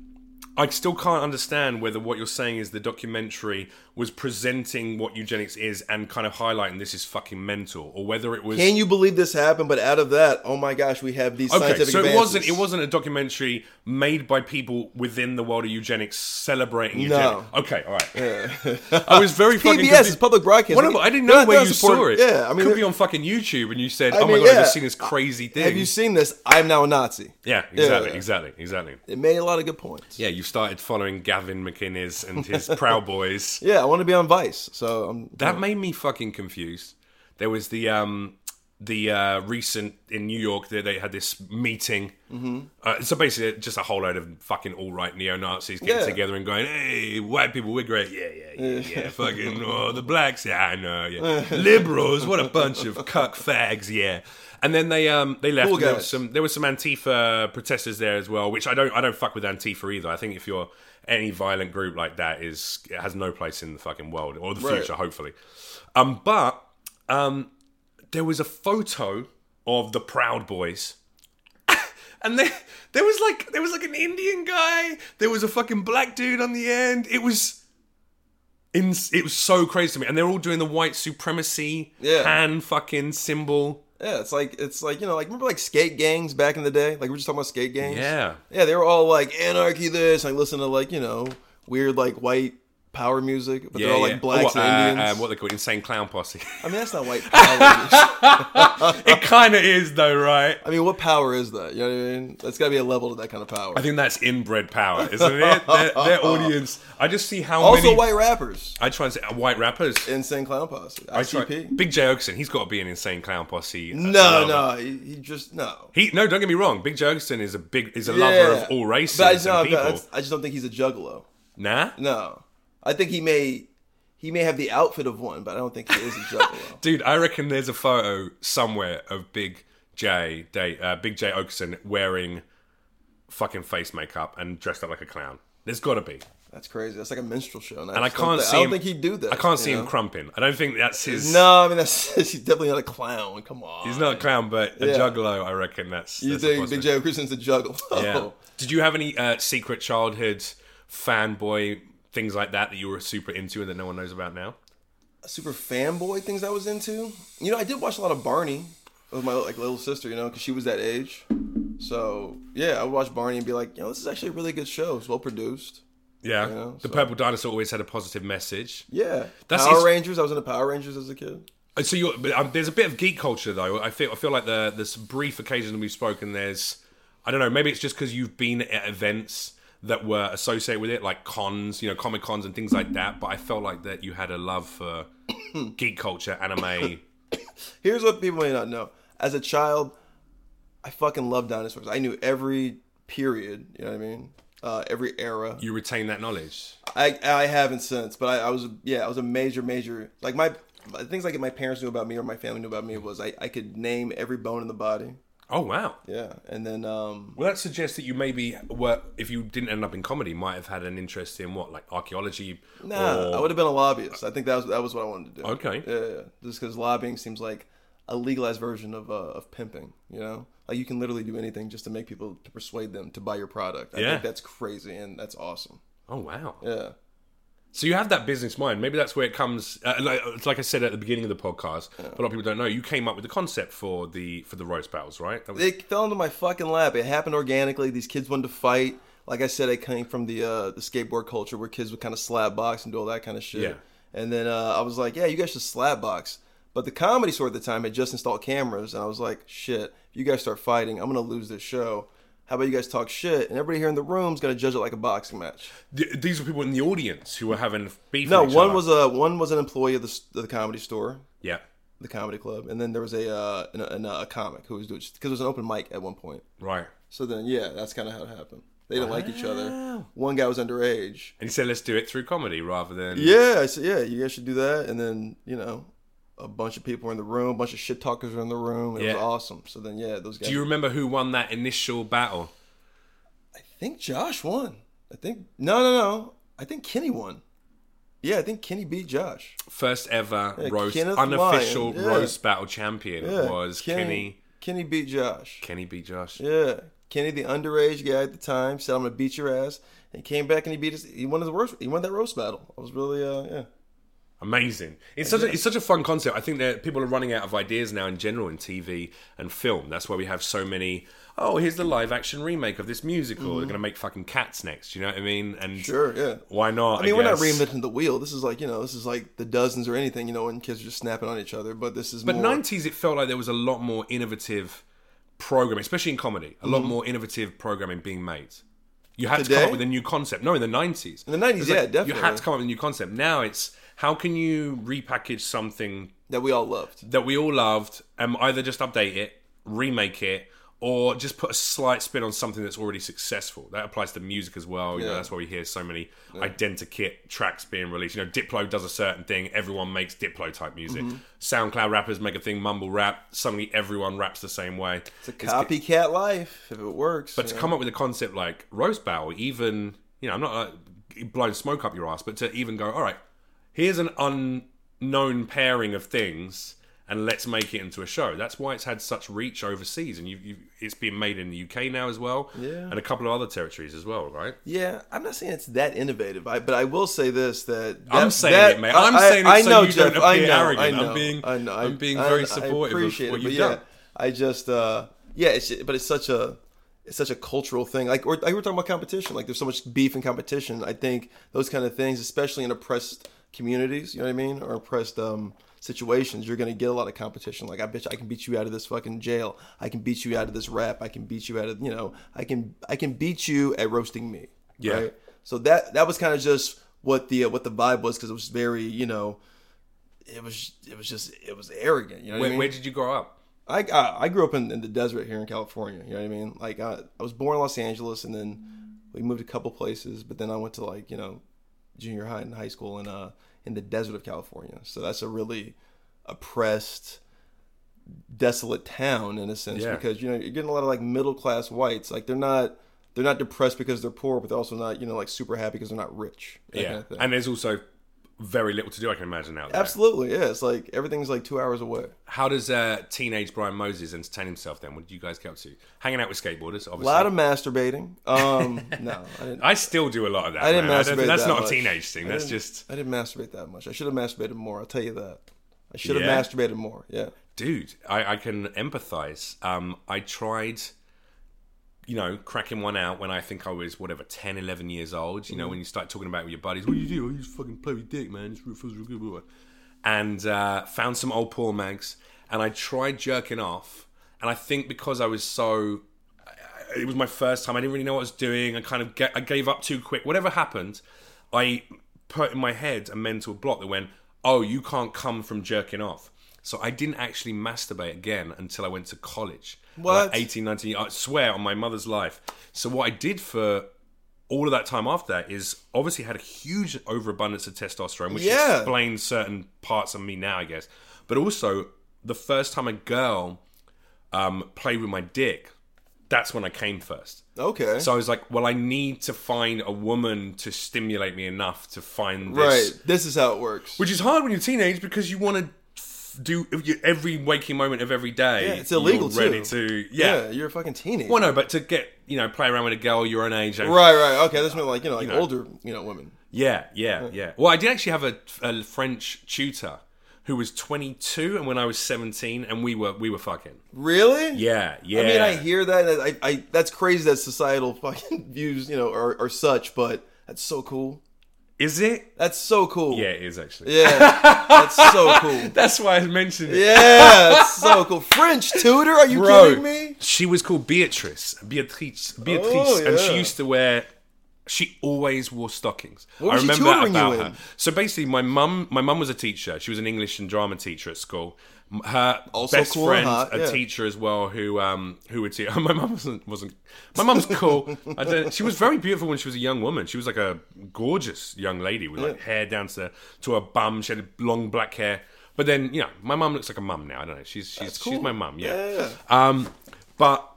Speaker 1: I still can't understand whether what you're saying is the documentary was presenting what eugenics is and kind of highlighting this is fucking mental, or whether it was
Speaker 2: Can you believe this happened? But out of that, oh my gosh, we have these
Speaker 1: Okay,
Speaker 2: scientific
Speaker 1: so it wasn't
Speaker 2: advances.
Speaker 1: it wasn't a documentary made by people within the world of eugenics celebrating eugenics. Okay, all right. I was
Speaker 2: [LAUGHS]
Speaker 1: very fucking
Speaker 2: PBS
Speaker 1: confused.
Speaker 2: is public broadcasting.
Speaker 1: Well, no, but I didn't
Speaker 2: They're-
Speaker 1: know where
Speaker 2: they're
Speaker 1: you saw
Speaker 2: supporting-
Speaker 1: it.
Speaker 2: Yeah, I mean,
Speaker 1: could
Speaker 2: they're-
Speaker 1: be on fucking YouTube, and you said, "Oh my
Speaker 2: mean,
Speaker 1: god, I've
Speaker 2: yeah.
Speaker 1: just seen this crazy thing."
Speaker 2: have you seen this? I'm now a Nazi.
Speaker 1: yeah, exactly,
Speaker 2: Yeah.
Speaker 1: exactly, exactly.
Speaker 2: It made a lot of good points.
Speaker 1: Yeah, you started following Gavin McInnes and
Speaker 2: [LAUGHS]
Speaker 1: his Proud Boys.
Speaker 2: Yeah, I want to be on Vice, so um, I'm.
Speaker 1: That made me fucking confused. There was the um the uh, recent in New York that they had this meeting. Mm-hmm. Uh, so basically, just a whole load of fucking all right neo Nazis getting
Speaker 2: Yeah.
Speaker 1: together and going, "Hey, white people, we're great. Yeah, yeah, yeah,
Speaker 2: [LAUGHS]
Speaker 1: yeah. fucking oh, the blacks. Yeah, I know. Yeah, liberals. What a bunch of cuck fags. Yeah." And then they um they left.
Speaker 2: Cool
Speaker 1: and there was
Speaker 2: guys.
Speaker 1: some there were some Antifa protesters there as well, which I don't I don't fuck with Antifa either. I think if you're any violent group like that is it has no place in the fucking world or the
Speaker 2: Right.
Speaker 1: future, hopefully. Um, but um, there was a photo of the Proud Boys. [LAUGHS] And there, there was like there was like an Indian guy. There was a fucking black dude on the end. It was, in, it was so crazy to me. And they're all doing the white supremacy
Speaker 2: Yeah.
Speaker 1: hand fucking symbol.
Speaker 2: Yeah, it's like it's like you know, like remember like skate gangs back in the day? Like we were just talking about skate gangs.
Speaker 1: Yeah,
Speaker 2: yeah, they were all like anarchy this, and I listen to like you know weird like white power music, but they're all like blacks
Speaker 1: Oh, uh,
Speaker 2: and
Speaker 1: uh,
Speaker 2: Indians.
Speaker 1: what they call it, insane clown posse. [LAUGHS]
Speaker 2: I mean, that's not white power.
Speaker 1: it kind of is though, right?
Speaker 2: I mean, what power is that? You know what I mean? That's got to be a level to that kind of power.
Speaker 1: I think that's inbred power, isn't it? their, their audience. I just see how
Speaker 2: also,
Speaker 1: many.
Speaker 2: white rappers,
Speaker 1: I try and say uh, white rappers.
Speaker 2: insane clown posse,
Speaker 1: I try-
Speaker 2: ICP.
Speaker 1: Big J Ogerson, he's got to be an insane clown posse. uh,
Speaker 2: No,
Speaker 1: lover.
Speaker 2: no, he, he just no.
Speaker 1: He no, don't get me wrong. Big J Ogerson is a big is a lover of all races
Speaker 2: But I,
Speaker 1: and
Speaker 2: no, but
Speaker 1: people.
Speaker 2: that's- I just don't think he's a juggalo.
Speaker 1: nah,
Speaker 2: No, I think he may he may have the outfit of one, but I don't think he is a
Speaker 1: [LAUGHS]
Speaker 2: juggalo.
Speaker 1: dude, I reckon there's a photo somewhere of Big J Day, uh, Big J Ogerson wearing fucking face makeup and dressed up like a clown. There's got to be,
Speaker 2: That's crazy. That's like a minstrel show. And,
Speaker 1: and I
Speaker 2: just don't
Speaker 1: can't
Speaker 2: thi-
Speaker 1: see.
Speaker 2: I don't
Speaker 1: him,
Speaker 2: think he'd do that.
Speaker 1: I can't
Speaker 2: you
Speaker 1: see him
Speaker 2: know?
Speaker 1: crumping. I don't think that's his.
Speaker 2: No, I mean that's [LAUGHS] he's definitely not a clown. Come on,
Speaker 1: he's not a clown, but a
Speaker 2: Yeah.
Speaker 1: juggalo. I reckon that's.
Speaker 2: You
Speaker 1: that's a
Speaker 2: think Big
Speaker 1: possibility.
Speaker 2: J Christian's a juggalo?
Speaker 1: Yeah. Did you have any uh, secret childhood fanboy things like that that you were super into and that no one knows about now?
Speaker 2: super fanboy things I was into. You know, I did watch a lot of Barney with my like little sister, you know, because she was that age. So yeah, I would watch Barney and be like, you know, this is actually a really good show. It's well produced.
Speaker 1: Yeah.
Speaker 2: know,
Speaker 1: the purple dinosaur always had a positive message.
Speaker 2: Yeah,
Speaker 1: That's-
Speaker 2: Power
Speaker 1: it's-
Speaker 2: Rangers. I was into Power Rangers as a kid.
Speaker 1: And So you're, but, um, there's a bit of geek culture though. I feel I feel like the this brief occasion we've spoken there's I don't know, maybe it's just cuz you've been at events that were associated with it like cons, you know, comic cons and things like that, but I felt like that you had a love
Speaker 2: [COUGHS]
Speaker 1: for geek culture, anime.
Speaker 2: Here's what people may not know: as a child, I fucking loved dinosaurs. I knew every period. You know what I mean? Uh, every era.
Speaker 1: You retain that knowledge.
Speaker 2: I I haven't since, but I, I was yeah, I was a major major like my the things like my parents knew about me or my family knew about me was I, I could name every bone in the body.
Speaker 1: Oh wow.
Speaker 2: Yeah, and then um
Speaker 1: Well, that suggests that you maybe were, if you didn't end up in comedy, might have had an interest in what, like archaeology?
Speaker 2: nah,
Speaker 1: or-
Speaker 2: I would have been a lobbyist. I think that was that was what I wanted to do.
Speaker 1: Oh. Okay.
Speaker 2: Yeah, yeah, yeah. just because lobbying seems like a legalized version of uh, of pimping. You know, like you can literally do anything just to make people to persuade them to buy your product. I
Speaker 1: Yeah.
Speaker 2: think that's crazy and that's awesome.
Speaker 1: Oh wow!
Speaker 2: Yeah.
Speaker 1: So you have that business mind. Maybe that's where it comes. Uh, like, it's like I said at the beginning of the podcast, but a lot of people don't know. You came up with the concept for the for the roast battles, right? That was,
Speaker 2: It fell into my fucking lap. It happened organically. These kids wanted to fight. Like I said, I came from the uh, the skateboard culture where kids would kind of slap box and do all that kind of shit.
Speaker 1: Yeah.
Speaker 2: And then uh, I was like, yeah, you guys should slap box. But the comedy store at the time had just installed cameras, and I was like, shit, if you guys start fighting, I'm gonna lose this show. How about you guys talk shit? And everybody here in the room's gonna judge it like a boxing match.
Speaker 1: Th- these were people in the audience who were having beef.
Speaker 2: No,
Speaker 1: with each
Speaker 2: one
Speaker 1: other.
Speaker 2: was a one was an employee of the, s- of the comedy store,
Speaker 1: yeah,
Speaker 2: the comedy club, and then there was a uh, an, an, uh, a comic who was doing because it was an open mic at one point.
Speaker 1: right.
Speaker 2: So then, yeah, that's kind of how it happened. They didn't like each other. One guy was underage.
Speaker 1: And he said, "Let's do it through comedy rather than."
Speaker 2: Yeah, I said, yeah, you guys should do that. And then, you know, a bunch of people were in the room, a bunch of shit talkers were in the room. It
Speaker 1: Yeah.
Speaker 2: was awesome. So then, yeah, those guys.
Speaker 1: Do you remember who won that initial battle?
Speaker 2: I think Josh won. I think no, no, no. I think Kenny won. Yeah, I think Kenny beat Josh.
Speaker 1: First ever roast,
Speaker 2: Kenneth
Speaker 1: unofficial
Speaker 2: Lyon, yeah.
Speaker 1: roast battle champion
Speaker 2: Yeah,
Speaker 1: was Kenny.
Speaker 2: Kenny beat Josh.
Speaker 1: Kenny beat Josh.
Speaker 2: Yeah, Kenny, the underage guy at the time, said, "I'm gonna beat your ass," and he came back and he beat us. He won the roast. He won that roast battle. I was really, uh, yeah.
Speaker 1: Amazing! It's such a, it's such a fun concept. I think that people are running out of ideas now in general in TV and film. That's why we have so many. Oh, here's the live action remake of this musical. They're going to make fucking cats next. You know what I mean? And
Speaker 2: Sure, yeah.
Speaker 1: why not?
Speaker 2: I mean, we're not
Speaker 1: guess?
Speaker 2: reinventing the wheel. This is like you know, this is like the dozens or anything. You know, when kids are just snapping on each other. But this is
Speaker 1: But
Speaker 2: more,
Speaker 1: nineties, it felt like there was a lot more innovative programming, especially in comedy. A lot more innovative programming being made. You had to come
Speaker 2: Mm-hmm. Today?
Speaker 1: up with a new concept. No, in the nineties.
Speaker 2: in the nineties. Yeah, definitely.
Speaker 1: You had to come up with a new concept. Now it's how can you repackage something
Speaker 2: that we all loved.
Speaker 1: that we all loved and either just update it, remake it, or just put a slight spin on something that's already successful. That applies to music as well. You know,
Speaker 2: Yeah.
Speaker 1: that's why we hear so many identikit tracks being released. You know, Diplo does a certain thing, everyone makes Diplo type music. SoundCloud rappers make a thing, mumble rap, suddenly everyone raps the same way. It's a
Speaker 2: Copycat life, if it works.
Speaker 1: but to come up with a concept like roast barrel, even you know, I'm not like blowing smoke up your ass, but to even go, all right, here's an unknown pairing of things, and let's make it into a show. That's why it's had such reach overseas, and you, you it's been made in the UK now as well,
Speaker 2: Yeah.
Speaker 1: and a couple of other territories as well, right?
Speaker 2: yeah, I'm not saying it's that innovative, I, but I will say this: that,
Speaker 1: I'm
Speaker 2: that-
Speaker 1: saying
Speaker 2: that-
Speaker 1: it, mate.
Speaker 2: I-
Speaker 1: I'm
Speaker 2: I-
Speaker 1: saying it
Speaker 2: I
Speaker 1: so
Speaker 2: know,
Speaker 1: you
Speaker 2: Jeff,
Speaker 1: don't
Speaker 2: I
Speaker 1: appear
Speaker 2: know,
Speaker 1: arrogant.
Speaker 2: I
Speaker 1: I'm
Speaker 2: know,
Speaker 1: being-
Speaker 2: I know,
Speaker 1: I'm being
Speaker 2: I-
Speaker 1: very
Speaker 2: I
Speaker 1: supportive of
Speaker 2: appreciate
Speaker 1: what
Speaker 2: it,
Speaker 1: you've
Speaker 2: but
Speaker 1: done.
Speaker 2: Yeah, I just, uh, yeah, it's, but it's such a, it's such a cultural thing. Like, or, like we were talking about competition. Like, there's so much beef in competition. I think those kind of things, especially in oppressed communities, you know what I mean, or oppressed um, situations, you're gonna get a lot of competition. Like, I bet you I can beat you out of this fucking jail. I can beat you out of this rap. I can beat you out of you know. I can I can beat you at roasting me.
Speaker 1: Yeah.
Speaker 2: So that that was kind of just what the uh, what the vibe was because it was very you know, it was it was just it was arrogant. You know what
Speaker 1: Where,
Speaker 2: I mean?
Speaker 1: where did you grow up?
Speaker 2: I, I I grew up in, in the desert here in California. You know what I mean? Like I, I was born in Los Angeles, and then we moved a couple places, but then I went to like you know junior high and high school in uh in the desert of California. So that's a really oppressed, desolate town in a sense
Speaker 1: Yeah.
Speaker 2: because you know you're getting a lot of like middle class whites. Like they're not they're not depressed because they're poor, but they're also not you know like super happy because they're not rich. that
Speaker 1: Yeah,
Speaker 2: kind of thing.
Speaker 1: and there's also very little to do. I can imagine out there.
Speaker 2: absolutely. Yeah, it's like everything's like two hours away.
Speaker 1: How does uh, teenage Brian Moses entertain himself then? What did you guys get up to? Hanging out with skateboarders, obviously.
Speaker 2: A lot of masturbating.
Speaker 1: [LAUGHS]
Speaker 2: Um, no, I didn't.
Speaker 1: I still do a lot of that.
Speaker 2: I didn't
Speaker 1: man.
Speaker 2: masturbate.
Speaker 1: that's
Speaker 2: that
Speaker 1: not
Speaker 2: much.
Speaker 1: a teenage thing.
Speaker 2: I
Speaker 1: That's
Speaker 2: didn't-
Speaker 1: just,
Speaker 2: I didn't masturbate that much. I should have masturbated more. I'll tell you that. I should have
Speaker 1: Yeah?
Speaker 2: masturbated more. Yeah.
Speaker 1: dude. I, I can empathize. Um, I tried, you know, cracking one out when I think I was whatever 10, 11 years old. You know, when you start talking about it with your buddies, what do you do? You just fucking play with dick, man. It feels real good. blah, blah." And uh, found some old porn mags, and I tried jerking off. And I think because I was so it was my first time. I didn't really know what I was doing. I kind of ga- I gave up too quick. Whatever happened, I put in my head a mental block that went, "Oh, you can't come from jerking off." So I didn't actually masturbate again until I went to college.
Speaker 2: What?
Speaker 1: Like 18, 19. I swear on my mother's life. So what I did for all of that time after that is obviously had a huge overabundance of testosterone, which
Speaker 2: Yeah.
Speaker 1: explains certain parts of me now, I guess. But also, the first time a girl um, played with my dick, that's when I came first.
Speaker 2: Okay.
Speaker 1: So I was like, well, I need to find a woman to stimulate me enough to find this.
Speaker 2: right. This is how it works.
Speaker 1: Which is hard when you're a teenage because you want to do you- every waking moment of every day.
Speaker 2: Yeah, it's illegal
Speaker 1: you're ready
Speaker 2: too.
Speaker 1: to yeah.
Speaker 2: yeah. You're a fucking teenager.
Speaker 1: Well, no, but to get you know play around with a girl your own age. and-
Speaker 2: Right. Right. Okay. That's meant like you know like older you know women.
Speaker 1: Yeah, yeah, yeah. Well, I did actually have a, a French tutor who was 22, and when I was 17, and we were we were fucking.
Speaker 2: Really?
Speaker 1: Yeah, yeah.
Speaker 2: I mean, I hear that. and I, I that's crazy that societal [LAUGHS] fucking views you know are, are such, but that's so cool.
Speaker 1: is it?
Speaker 2: That's so cool.
Speaker 1: Yeah, it is actually.
Speaker 2: Yeah. that's so
Speaker 1: [LAUGHS]
Speaker 2: cool.
Speaker 1: That's why I mentioned it.
Speaker 2: Yeah. That's so cool. French tutor? Are you
Speaker 1: Bro,
Speaker 2: kidding me?
Speaker 1: she was called Beatrice, Beatrice, Beatrice,
Speaker 2: Oh,
Speaker 1: and
Speaker 2: yeah.
Speaker 1: she used to wear. She always wore stockings. I
Speaker 2: was she
Speaker 1: remember that
Speaker 2: tutoring you
Speaker 1: about
Speaker 2: in?
Speaker 1: her. So basically, my mum, my mum was a teacher. She was an English and drama teacher at school. M- Her
Speaker 2: Also
Speaker 1: best
Speaker 2: cool and
Speaker 1: friend,
Speaker 2: hot,
Speaker 1: a
Speaker 2: yeah.
Speaker 1: teacher as well, who um who would teach. [LAUGHS] My mum wasn't wasn't. My mum's cool. I don't, she was very beautiful when she was a young woman. She was like a gorgeous young lady with like hair down to to her bum. She had long black hair. But then you know, my mum looks like a mum now. I don't know. She's she's she's my mum.
Speaker 2: Yeah.
Speaker 1: Um, but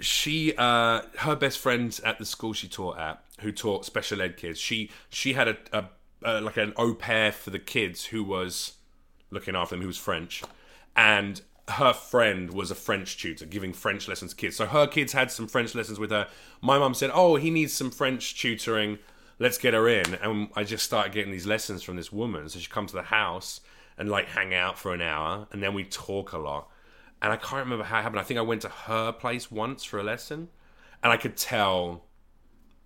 Speaker 1: she, uh, her best friend at the school she taught at, who taught special ed kids, she she had a, a, uh like an au pair for the kids who was looking after them, who was French, and her friend was a French tutor giving French lessons to kids. So her kids had some French lessons with her. My mum said, "Oh, he needs some French tutoring. Let's get her in." And I just started getting these lessons from this woman. So she come to the house and like hang out for an hour, and then we talk a lot and I can't remember how it happened. I think I went to her place once for a lesson, and I could tell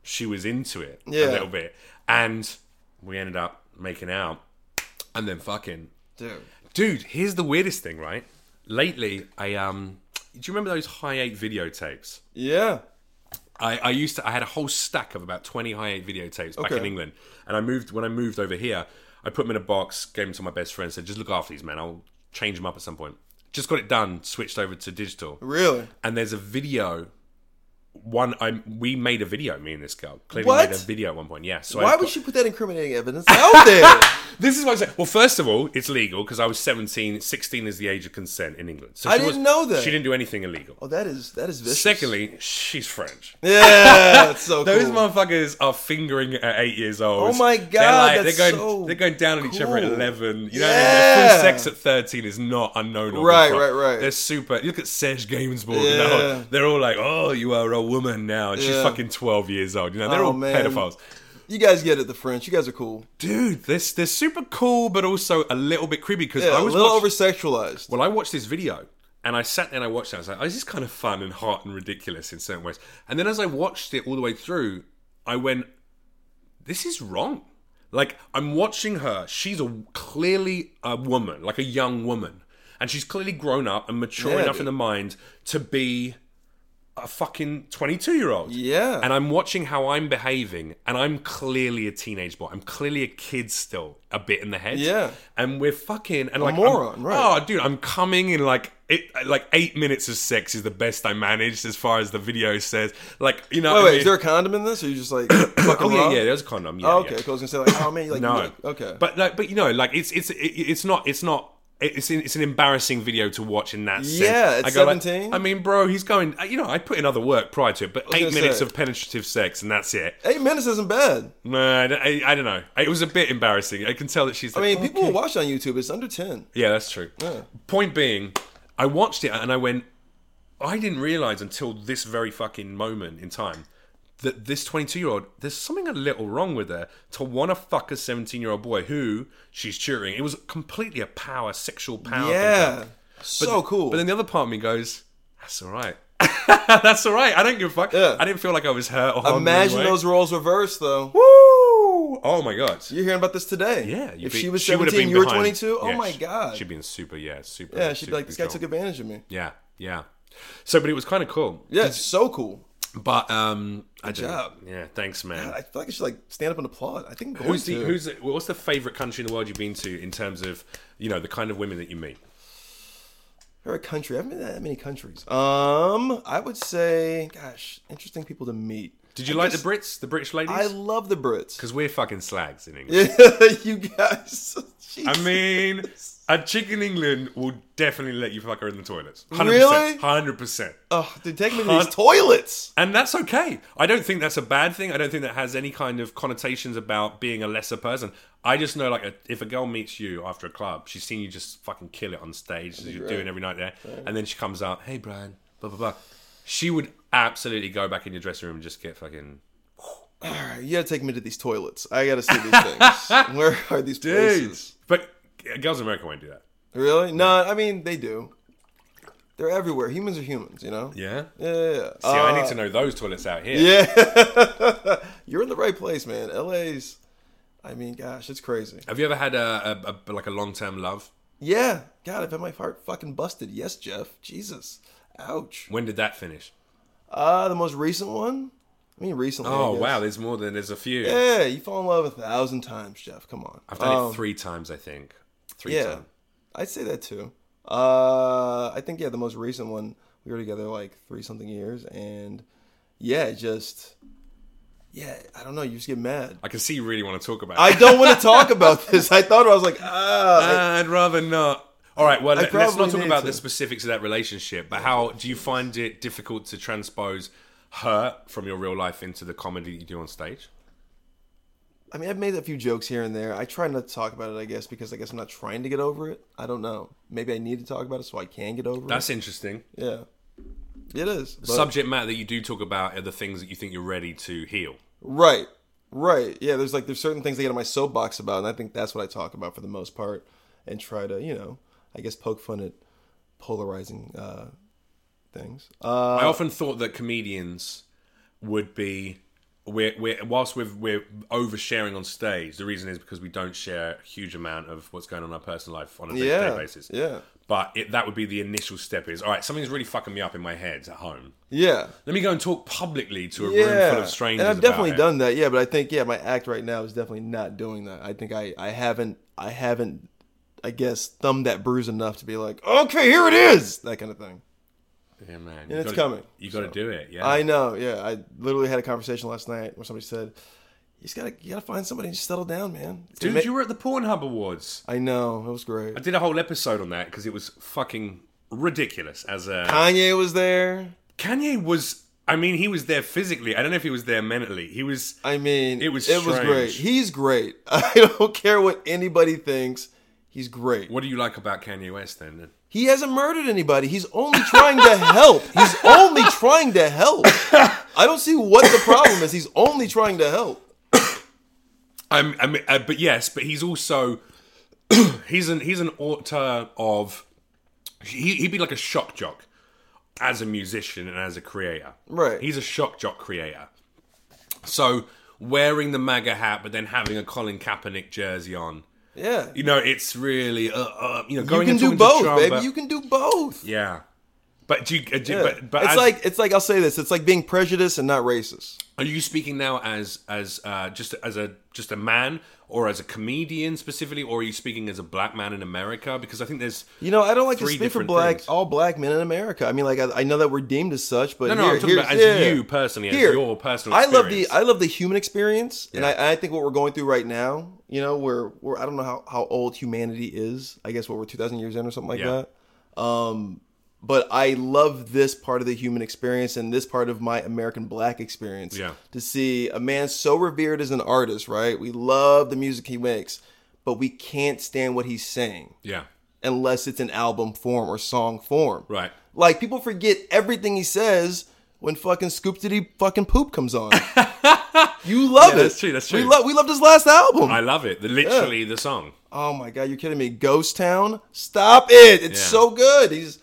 Speaker 1: she was into it a
Speaker 2: Yeah.
Speaker 1: little bit, and we ended up making out, and then fucking
Speaker 2: Dude.
Speaker 1: dude. Here's the weirdest thing, right? Lately, I um, do you remember those high eight videotapes?
Speaker 2: Yeah.
Speaker 1: I, I used to I had a whole stack of about twenty high eight videotapes back
Speaker 2: Okay.
Speaker 1: in England, and I moved when I moved over here. I put them in a box, gave them to my best friend, said, "Just look after these, man. I'll change them up at some point." Just got it done, switched over to digital
Speaker 2: Really?
Speaker 1: and there's a video. One, I we made a video. Me and this girl clearly
Speaker 2: What?
Speaker 1: made a video at one point. Yeah. So I-
Speaker 2: Why would she put that incriminating
Speaker 1: [LAUGHS]
Speaker 2: evidence out there?
Speaker 1: this is what I'm saying. Well, first of all, it's legal because I was 17. 16 is the age of consent in England. So
Speaker 2: I
Speaker 1: she
Speaker 2: didn't
Speaker 1: was-
Speaker 2: know that.
Speaker 1: She didn't do anything illegal.
Speaker 2: oh, that is that is vicious.
Speaker 1: Secondly, she's French.
Speaker 2: yeah, that's so
Speaker 1: [LAUGHS] Those
Speaker 2: cool.
Speaker 1: motherfuckers are fingering at eight years old.
Speaker 2: Oh my
Speaker 1: They're,
Speaker 2: God, that's
Speaker 1: they're going,
Speaker 2: so
Speaker 1: they're going down on each other at
Speaker 2: cool.
Speaker 1: eleven. You know, what I mean? Their
Speaker 2: Yeah.
Speaker 1: full sex at thirteen is not unknown. or
Speaker 2: Right,
Speaker 1: before.
Speaker 2: right, right.
Speaker 1: They're super. You look at Serge Gainsbourg.
Speaker 2: Yeah.
Speaker 1: and they're all- they're all like, "Oh, you are a woman now," and she's
Speaker 2: Yeah.
Speaker 1: fucking twelve years old. You know, they're
Speaker 2: Oh,
Speaker 1: all
Speaker 2: man.
Speaker 1: pedophiles.
Speaker 2: you guys get it, the French. You guys are cool.
Speaker 1: Dude, this they're super cool, but also a little bit creepy because
Speaker 2: Yeah,
Speaker 1: I
Speaker 2: a
Speaker 1: was
Speaker 2: little
Speaker 1: watching-
Speaker 2: over sexualized.
Speaker 1: well, I watched this video And I sat there and I watched it. I was like, oh, this is kind of fun and hot and ridiculous in certain ways. And then as I watched it all the way through, I went, this is wrong. Like, I'm watching her. She's a clearly a woman, like a young woman. And she's clearly grown up and mature
Speaker 2: Yeah,
Speaker 1: enough
Speaker 2: dude.
Speaker 1: in the mind to be a fucking 22 year old.
Speaker 2: Yeah.
Speaker 1: And I'm watching how I'm behaving, and I'm clearly a teenage boy. I'm clearly a kid still, a bit in the head.
Speaker 2: Yeah.
Speaker 1: And we're fucking. And like, I'm-
Speaker 2: moron, right.
Speaker 1: Oh, dude, I'm coming in like. It, like eight minutes of sex is the best I managed as far as the video says. Like you know,
Speaker 2: Oh, Wait,
Speaker 1: what I
Speaker 2: wait,
Speaker 1: mean?
Speaker 2: is there a condom in this? Or are you
Speaker 1: [COUGHS]
Speaker 2: just like fucking
Speaker 1: oh yeah,
Speaker 2: raw?
Speaker 1: yeah, there's a condom. Yeah,
Speaker 2: Oh,
Speaker 1: yeah.
Speaker 2: okay, 'cause I was gonna say like, oh man, you like
Speaker 1: No.
Speaker 2: okay,
Speaker 1: But like, but you know, like it's it's it, it's not it's not. It's an, it's an embarrassing video to watch in that sense.
Speaker 2: Yeah, at
Speaker 1: I go like,
Speaker 2: 17?
Speaker 1: I mean, bro, he's going. You know, I put in other work prior to it, but eight
Speaker 2: gonna
Speaker 1: minutes
Speaker 2: say.
Speaker 1: of penetrative sex and that's it.
Speaker 2: eight minutes isn't bad.
Speaker 1: Nah, I, I, I don't know. It was a bit embarrassing. I can tell that she's.
Speaker 2: I
Speaker 1: Like,
Speaker 2: mean,
Speaker 1: "Oh,
Speaker 2: people will watch on YouTube. It's under ten.
Speaker 1: Yeah, that's true. Point being, I watched it and I went, I didn't realize until this very fucking moment in time that this 22 year old, there's something a little wrong with her to want to fuck a 17 year old boy who she's tutoring. It was completely a power, sexual power. thing.
Speaker 2: Yeah, so cool.
Speaker 1: But then the other part of me goes, that's all right. [LAUGHS] that's all right. I don't give a fuck.
Speaker 2: Yeah.
Speaker 1: I didn't feel like I was hurt or harmed in any
Speaker 2: Imagine
Speaker 1: way.
Speaker 2: those roles reversed though.
Speaker 1: Woo! Oh my God.
Speaker 2: You're hearing about this today.
Speaker 1: Yeah, you'd
Speaker 2: if
Speaker 1: be-
Speaker 2: she was
Speaker 1: would've
Speaker 2: 17,
Speaker 1: been
Speaker 2: you were
Speaker 1: behind-
Speaker 2: 22.
Speaker 1: yeah,
Speaker 2: oh my
Speaker 1: she-
Speaker 2: god.
Speaker 1: she'd been super, yeah, super.
Speaker 2: yeah, she'd be
Speaker 1: super
Speaker 2: like, this guy
Speaker 1: control.
Speaker 2: took advantage of me.
Speaker 1: Yeah, yeah. So, but it was kind of cool.
Speaker 2: Yeah, it's so cool.
Speaker 1: But um, I don't-
Speaker 2: job.
Speaker 1: Yeah, thanks, man.
Speaker 2: I feel like I should like stand up and applaud. I think I'm going
Speaker 1: Who's the
Speaker 2: to.
Speaker 1: who's the, what's the favorite country in the world you've been to in terms of you know the kind of women that you meet?
Speaker 2: Or a country. I haven't been to that many countries. Um, I would say, gosh, interesting people to meet.
Speaker 1: Did you like the Brits, the British
Speaker 2: I
Speaker 1: ladies?
Speaker 2: love the Brits.
Speaker 1: Because we're fucking slags in England.
Speaker 2: [LAUGHS] you guys. Jeez.
Speaker 1: I
Speaker 2: [LAUGHS]
Speaker 1: mean, a chick in England will definitely let you fuck her in the toilets. 100%,
Speaker 2: Really?
Speaker 1: 100%.
Speaker 2: Ugh, dude, take me to these toilets.
Speaker 1: And that's okay. I don't think that's a bad thing. I don't think that has any kind of connotations about being a lesser person. I just know, like, a, if a girl meets you after a club, she's seen you just fucking kill it on stage, as you're doing every night there, and then she comes out, hey, Brian, blah, blah, blah. She would absolutely go back in your dressing room and just get fucking.
Speaker 2: All right, you gotta take me to these toilets. I gotta see these
Speaker 1: [LAUGHS]
Speaker 2: things. Where are these places?
Speaker 1: But uh, girls in America won't do that.
Speaker 2: Really? No, I mean they do. They're everywhere. Humans are humans, you know.
Speaker 1: Yeah?
Speaker 2: Yeah. yeah, yeah.
Speaker 1: See,
Speaker 2: Uh,
Speaker 1: I need to know those toilets out here.
Speaker 2: [LAUGHS] yeah. You're in the right place, man. LA's. I mean, gosh, it's crazy.
Speaker 1: Have you ever had a, a, a like a long term love?
Speaker 2: Yeah. God, I've had my heart fucking busted. Yes, Jeff. Jesus. Ouch.
Speaker 1: When did that finish?
Speaker 2: Uh, the most recent one. I mean, recently. I
Speaker 1: Oh
Speaker 2: guess.
Speaker 1: wow, there's more than there's a few.
Speaker 2: Yeah, you fall in love a thousand times, Jeff. Come on.
Speaker 1: I've done
Speaker 2: Um,
Speaker 1: it three times, I think. Three
Speaker 2: Yeah,
Speaker 1: times.
Speaker 2: I'd say that too. Uh, I think yeah, the most recent one we were together like three something years, and yeah, it just yeah, I don't know. You just get mad.
Speaker 1: I can see you really want to talk about.
Speaker 2: I
Speaker 1: it. [LAUGHS]
Speaker 2: don't want to talk about this. I thought I was like, ah,
Speaker 1: I'd rather not. All right, well, let, us
Speaker 2: probably
Speaker 1: not talk
Speaker 2: need
Speaker 1: about
Speaker 2: to.
Speaker 1: the specifics of that relationship. But how do you find it difficult to transpose hurt from your real life into the comedy that you do on stage?
Speaker 2: I mean, I've made a few jokes here and there. I try not to talk about it, I guess, because I guess I'm not trying to get over it. I don't know. Maybe I need to talk about it so I can get over
Speaker 1: That's interesting.
Speaker 2: it. Yeah, it is. but-
Speaker 1: Subject matter that you do talk about are the things that you think you're ready to heal.
Speaker 2: Right. Right. Yeah, there's like there's certain things I get on my soapbox about and I think that's what I talk about for the most part and try to, you know, I guess poke fun at polarizing uh things. Uh
Speaker 1: I often thought that comedians would be we're, we're whilst we're, we're oversharing on stage. The reason is because we don't share a huge amount of what's going on in our personal life on a day-to-day
Speaker 2: yeah.
Speaker 1: basis.
Speaker 2: Yeah.
Speaker 1: But it, that would be the initial step. Is all right. Something's really fucking me up in my head at home.
Speaker 2: Yeah.
Speaker 1: Let me go and talk publicly to a
Speaker 2: Yeah.
Speaker 1: room full of strangers.
Speaker 2: and I've definitely
Speaker 1: about it.
Speaker 2: done that. Yeah, but I think yeah, my act right now is definitely not doing that. I think I I haven't I haven't I guess thumbed that bruise enough to be like, "Okay, here it is." That kind of thing.
Speaker 1: Yeah, man. And
Speaker 2: it's coming,
Speaker 1: You got to do it. Yeah.
Speaker 2: I know. Yeah, I literally had a conversation last night where somebody said, "You just gotta, you gotta find somebody and just settle down, man." It's gonna
Speaker 1: Dude,
Speaker 2: make-
Speaker 1: you were at the Pornhub Awards.
Speaker 2: I know it was great.
Speaker 1: I did a whole episode on that because it was fucking ridiculous. As a
Speaker 2: Kanye was there.
Speaker 1: Kanye was. I mean, he was there physically. I don't know if he was there mentally. He was.
Speaker 2: I mean,
Speaker 1: It was
Speaker 2: it was
Speaker 1: strange.
Speaker 2: great. He's great. [LAUGHS] I don't care what anybody thinks. He's great.
Speaker 1: What do you like about Kanye West then?
Speaker 2: He hasn't murdered anybody. He's only trying to help. He's only trying to help. I don't see what the problem is. He's only trying to help.
Speaker 1: I'm, I'm, uh, [CLEARS THROAT] but yes, but he's also he's an he's an author of he, he'd be like a shock jock as a musician and as a creator.
Speaker 2: Right.
Speaker 1: He's a shock jock creator. So wearing the MAGA hat, but then having a Colin Kaepernick jersey on.
Speaker 2: Yeah.
Speaker 1: You know, it's really uh, uh, you know
Speaker 2: You
Speaker 1: going
Speaker 2: can
Speaker 1: and
Speaker 2: do
Speaker 1: talking
Speaker 2: both,
Speaker 1: to Trump,
Speaker 2: baby.
Speaker 1: but-
Speaker 2: You can do both.
Speaker 1: yeah. But do you, uh, do you-
Speaker 2: Yeah.
Speaker 1: but, but
Speaker 2: it's
Speaker 1: as-
Speaker 2: like it's like I'll say this. It's like being prejudiced and not racist.
Speaker 1: Are you speaking now as as uh, just as a just a man or as a comedian specifically, or are you speaking as a black man in America? Because I think there's
Speaker 2: You know, I don't like to
Speaker 1: Three
Speaker 2: speak for
Speaker 1: different
Speaker 2: black
Speaker 1: things.
Speaker 2: all black men in America. I mean, like I, I know that we're deemed as such, but
Speaker 1: no, no.
Speaker 2: here-
Speaker 1: I'm talking about as
Speaker 2: here's- yeah.
Speaker 1: you personally, as
Speaker 2: Here.
Speaker 1: your personal.
Speaker 2: I love the
Speaker 1: experience.
Speaker 2: I love the human experience, and I, I think what we're going through right now. You know, we're we're I don't know how, how old humanity is. I guess what we're two thousand years in or something like
Speaker 1: Yeah.
Speaker 2: that. Um, but I love this part of the human experience and this part of my American Black experience.
Speaker 1: Yeah.
Speaker 2: to see a man so revered as an artist, right? We love the music he makes, but we can't stand what he's saying
Speaker 1: yeah,
Speaker 2: unless it's in album form or song form.
Speaker 1: right.
Speaker 2: Like people forget everything he says when fucking Scoop Diddy fucking poop
Speaker 1: [LAUGHS]
Speaker 2: comes on. you
Speaker 1: Yeah,
Speaker 2: love it.
Speaker 1: that's true, that's
Speaker 2: We
Speaker 1: true.
Speaker 2: love we loved his last album.
Speaker 1: I love it. The, literally the song.
Speaker 2: oh my god, you're kidding me. Ghost Town? Stop it. It's
Speaker 1: Yeah.
Speaker 2: so good. He's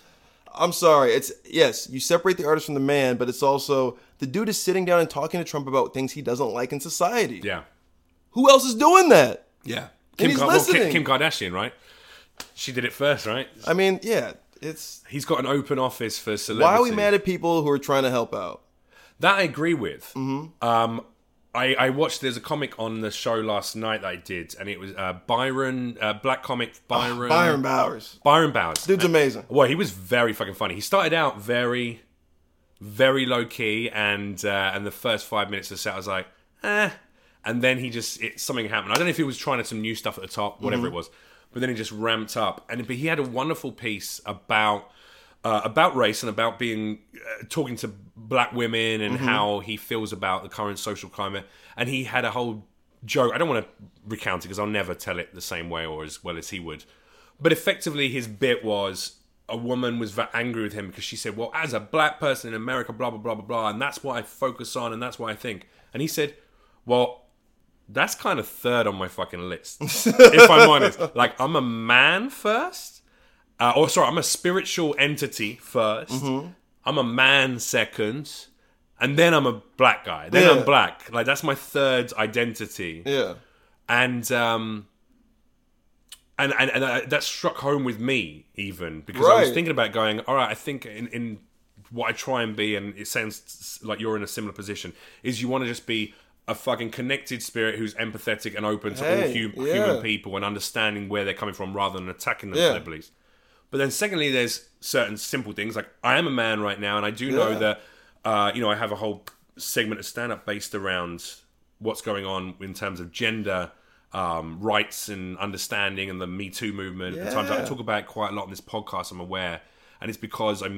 Speaker 2: I'm sorry. It's yes, you separate the artist from the man, but it's also the dude is sitting down and talking to Trump about things he doesn't like in society.
Speaker 1: Yeah,
Speaker 2: Who else is doing that?
Speaker 1: yeah. Kim,
Speaker 2: he's
Speaker 1: Kar- well, Kim,
Speaker 2: listening.
Speaker 1: Kim Kardashian, right? She did it first, right?
Speaker 2: I mean, yeah, it's
Speaker 1: He's got an open office for celebrities.
Speaker 2: why are we mad at people who are trying to help out?
Speaker 1: That I agree with. Um, I, I watched. There's a comic on the show last night that I did, and it was uh, Byron, uh, black comic Byron.
Speaker 2: Byron Bowers.
Speaker 1: Byron Bowers.
Speaker 2: Dude's amazing.
Speaker 1: Well, he was very fucking funny. He started out very, very low key, and uh, and the first five minutes of the set, I was like, eh. And then he just it, something happened. I don't know if he was trying some new stuff at the top, whatever it was, but then he just ramped up. And but he had a wonderful piece about uh, about race and about being uh, talking to black women and how he feels about the current social climate. And he had a whole joke. I don't want to recount it because I'll never tell it the same way or as well as he would. But effectively, his bit was a woman was va- angry with him because she said, "Well, as a black person in America, blah blah blah blah blah," and that's what I focus on and that's what I think. And he said, "Well." That's kind of third on my fucking list, if I'm honest. Like, I'm a man first, uh, or sorry, I'm a spiritual entity 1st i I'm a man second, and then I'm a black guy. Then
Speaker 2: Yeah.
Speaker 1: I'm black. Like that's my third identity,
Speaker 2: Yeah.
Speaker 1: and um, and and, and I, that struck home with me even because I was
Speaker 2: Right.
Speaker 1: thinking about going. All right, I think in, in what I try and be, and it sounds s- like you're in a similar position. Is you want to just be a fucking connected spirit who's empathetic and open to all
Speaker 2: Hey,
Speaker 1: hum-
Speaker 2: yeah.
Speaker 1: human people and understanding where they're coming from rather than attacking them for
Speaker 2: Yeah.
Speaker 1: their beliefs. But then, secondly, there's certain simple things like I am a man right now, and I do know
Speaker 2: Yeah.
Speaker 1: that uh, you know I have a whole segment of stand up based around what's going on in terms of gender um, rights and understanding and the Me Too movement. And times like- I
Speaker 2: Yeah.
Speaker 1: talk about it quite a lot in this podcast. I'm aware, and it's because I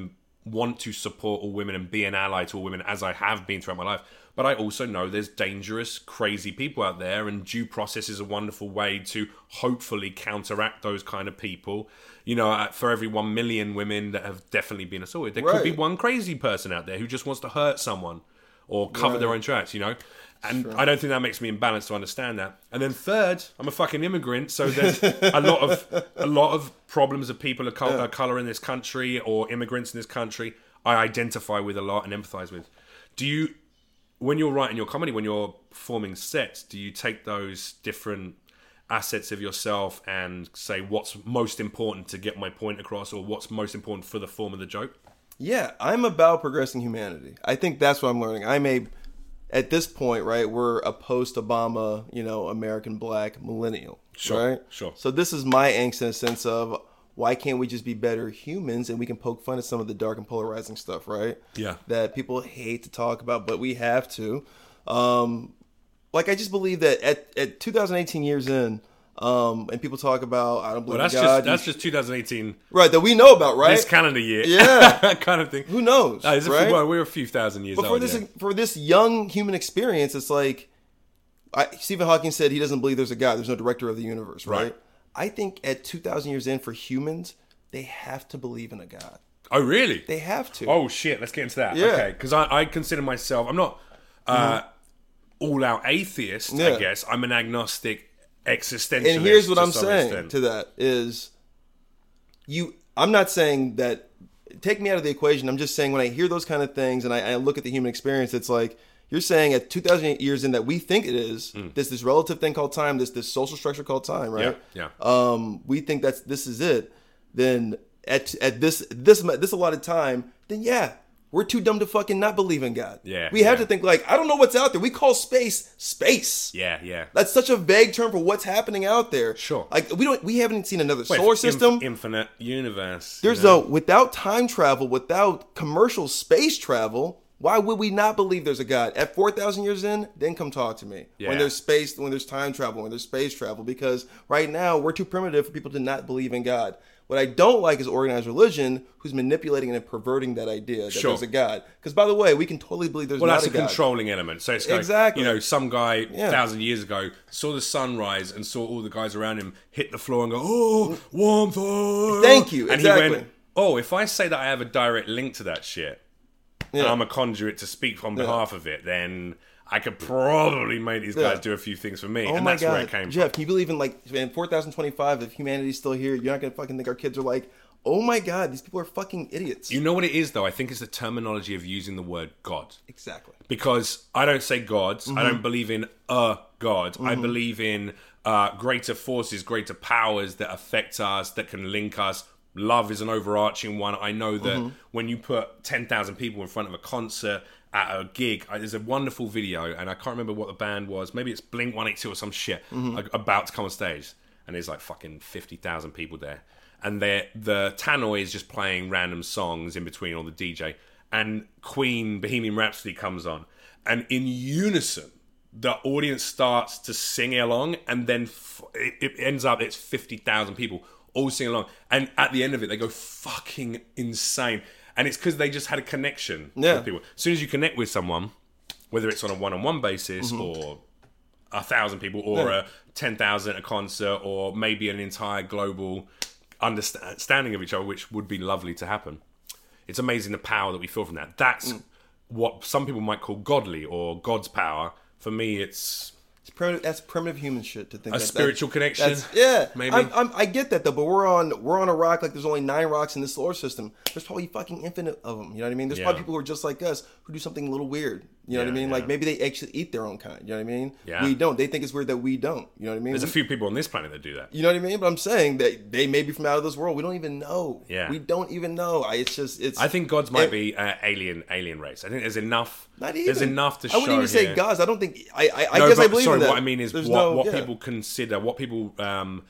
Speaker 1: want to support all women and be an ally to all women as I have been throughout my life. But I also know there's dangerous, crazy people out there, and due process is a wonderful way to hopefully counteract those kind of people. You know, uh, for every one million women that have definitely been assaulted, there could be
Speaker 2: Right.
Speaker 1: one crazy person out there who just wants to hurt someone or cover their own tracks, you know? And I don't think that makes me imbalanced to understand that. And then third, I'm a fucking immigrant, so there's a lot of a lot of problems of people of col- uh, color in this country or immigrants in this country. I identify with a lot and empathize with. Do you, when you're writing your comedy, when you're performing sets, do you take those different assets of yourself and say what's most important to get my point across, or what's most important for the form of the joke?
Speaker 2: Yeah, I'm about progressing humanity. I think that's what I'm learning. I'm a, at this point, right, we're a post Obama, you know, American black millennial.
Speaker 1: Sure,
Speaker 2: Right?
Speaker 1: sure.
Speaker 2: So this is my angst in a sense of why can't we just be better humans and we can poke fun at some of the dark and polarizing stuff, right?
Speaker 1: Yeah.
Speaker 2: That people hate to talk about, but we have to. Um, like I just believe that at, at 2018 years in, um, and people talk about I don't believe
Speaker 1: Well, that's
Speaker 2: in God,
Speaker 1: just that's just 2018.
Speaker 2: right that we know about, right?
Speaker 1: this calendar year.
Speaker 2: Yeah.
Speaker 1: [LAUGHS] kind of thing.
Speaker 2: Who knows?
Speaker 1: Uh, is it-
Speaker 2: right?
Speaker 1: well, we're a few thousand years
Speaker 2: But for
Speaker 1: old.
Speaker 2: this
Speaker 1: yeah.
Speaker 2: for this young human experience, it's like I, Stephen Hawking said he doesn't believe there's a God. There's no director of the universe, right?
Speaker 1: Right.
Speaker 2: I think at 2,000 years in, for humans, they have to believe in a God.
Speaker 1: Oh, really?
Speaker 2: They have to.
Speaker 1: Oh shit! Let's get into that.
Speaker 2: Yeah. Mm-hmm.
Speaker 1: Okay, because I, I consider myself I'm not uh, all out atheist. I
Speaker 2: Yeah.
Speaker 1: guess I'm an agnostic existentialist.
Speaker 2: and here's what
Speaker 1: to
Speaker 2: I'm
Speaker 1: some
Speaker 2: saying
Speaker 1: extent.
Speaker 2: to that is, you I'm not saying that take me out of the equation. I'm just saying when I hear those kind of things and I, I look at the human experience, it's like you're saying at 2,000 years in that we think it is
Speaker 1: Mm.
Speaker 2: this this relative thing called time, this this social structure called time, right?
Speaker 1: Yeah,
Speaker 2: Um, we think that's this is it. Then at at this this this allotted time, then yeah, we're too dumb to fucking not believe in God.
Speaker 1: Yeah,
Speaker 2: we have
Speaker 1: yeah.
Speaker 2: to think like I don't know what's out there. We call space space.
Speaker 1: yeah, yeah.
Speaker 2: That's such a vague term for what's happening out there.
Speaker 1: Sure.
Speaker 2: Like we don't we haven't seen another
Speaker 1: Well,
Speaker 2: solar
Speaker 1: it's in-
Speaker 2: system.
Speaker 1: infinite universe. you
Speaker 2: There's
Speaker 1: know?
Speaker 2: no without time travel, without commercial space travel. Why would we not believe there's a God at four thousand years in? Then come talk to me.
Speaker 1: Yeah.
Speaker 2: When there's space, when there's time travel, when there's space travel, because right now we're too primitive for people to not believe in God. What I don't like is organized religion, who's manipulating and perverting that idea that
Speaker 1: Sure.
Speaker 2: there's a God. Because by the way, we can totally believe there's
Speaker 1: Well,
Speaker 2: not
Speaker 1: that's
Speaker 2: a,
Speaker 1: a
Speaker 2: God.
Speaker 1: controlling element. So it's going,
Speaker 2: Exactly.
Speaker 1: You know, some guy
Speaker 2: Yeah.
Speaker 1: thousand years ago saw the sunrise and saw all the guys around him hit the floor and go, "Oh, warmth!" oh."
Speaker 2: Thank you,
Speaker 1: And he
Speaker 2: exactly.
Speaker 1: went, "Oh, if I say that I have a direct link to that shit, and
Speaker 2: Yeah.
Speaker 1: I'm a conduit to speak on behalf of it, then I could probably make these guys
Speaker 2: Yeah.
Speaker 1: do a few things for me."
Speaker 2: Oh
Speaker 1: and
Speaker 2: my
Speaker 1: that's
Speaker 2: God,
Speaker 1: where it came
Speaker 2: Jeff, can you believe in like in 4025 if humanity's still here, you're not gonna fucking think our kids are like, oh my God, these people are fucking idiots.
Speaker 1: from. You know what it is, though. I think it's the terminology of using the word God.
Speaker 2: exactly.
Speaker 1: because I don't say gods. I don't believe in a god. I believe in uh, greater forces, greater powers that affect us, that can link us. Love is an overarching one. I know that when you put 10,000 people in front of a concert at a gig, I, there's a wonderful video, and I can't remember what the band was. Maybe it's Blink 182 or some shit, like, about to come on stage. And there's like fucking 50,000 people there. And they're- the tannoy is just playing random songs in between on the DJ and Queen Bohemian Rhapsody comes on, and in unison, the audience starts to sing along, and then f- it, it ends up it's fifty thousand people all singing along, and at the end of it, they go fucking insane, and it's because they just had a connection
Speaker 2: Yeah.
Speaker 1: with people. As soon as you connect with someone, whether it's on a one-on-one basis or a thousand people or a ten thousand a concert or maybe an entire global understanding of each other, which would be lovely to happen. It's amazing the power that we feel from that. That's
Speaker 2: Mm.
Speaker 1: what some people might call godly or God's power. For me, it's
Speaker 2: It's primitive. That's primitive human shit to think. A
Speaker 1: spiritual connection,
Speaker 2: yeah,
Speaker 1: maybe.
Speaker 2: I'm, I'm, I get that though, but we're on we're on a rock. Like there's only nine rocks in this solar system. There's probably fucking infinite of them. You know what I mean? There's
Speaker 1: Yeah.
Speaker 2: probably people who are just like us who do something a little weird. You know what I
Speaker 1: Yeah,
Speaker 2: mean?
Speaker 1: yeah.
Speaker 2: Like maybe they actually eat their own kind. You know what I mean?
Speaker 1: Yeah.
Speaker 2: We don't. They think it's weird that we don't. You know what I mean?
Speaker 1: there's a
Speaker 2: We-
Speaker 1: few people on this planet that do that.
Speaker 2: you know what I mean? But I'm saying that they may be from out of this world. We don't even know.
Speaker 1: Yeah.
Speaker 2: We don't even know. I, it's just it's.
Speaker 1: I think gods might
Speaker 2: It-
Speaker 1: be uh, alien alien race. I think there's enough.
Speaker 2: not even.
Speaker 1: There's enough to
Speaker 2: I
Speaker 1: show.
Speaker 2: wouldn't even
Speaker 1: here.
Speaker 2: say gods. I don't think. I I, I
Speaker 1: No,
Speaker 2: guess I
Speaker 1: but-
Speaker 2: believe
Speaker 1: sorry,
Speaker 2: in that.
Speaker 1: what I mean is what,
Speaker 2: There's no-
Speaker 1: what
Speaker 2: yeah.
Speaker 1: people consider, what people um,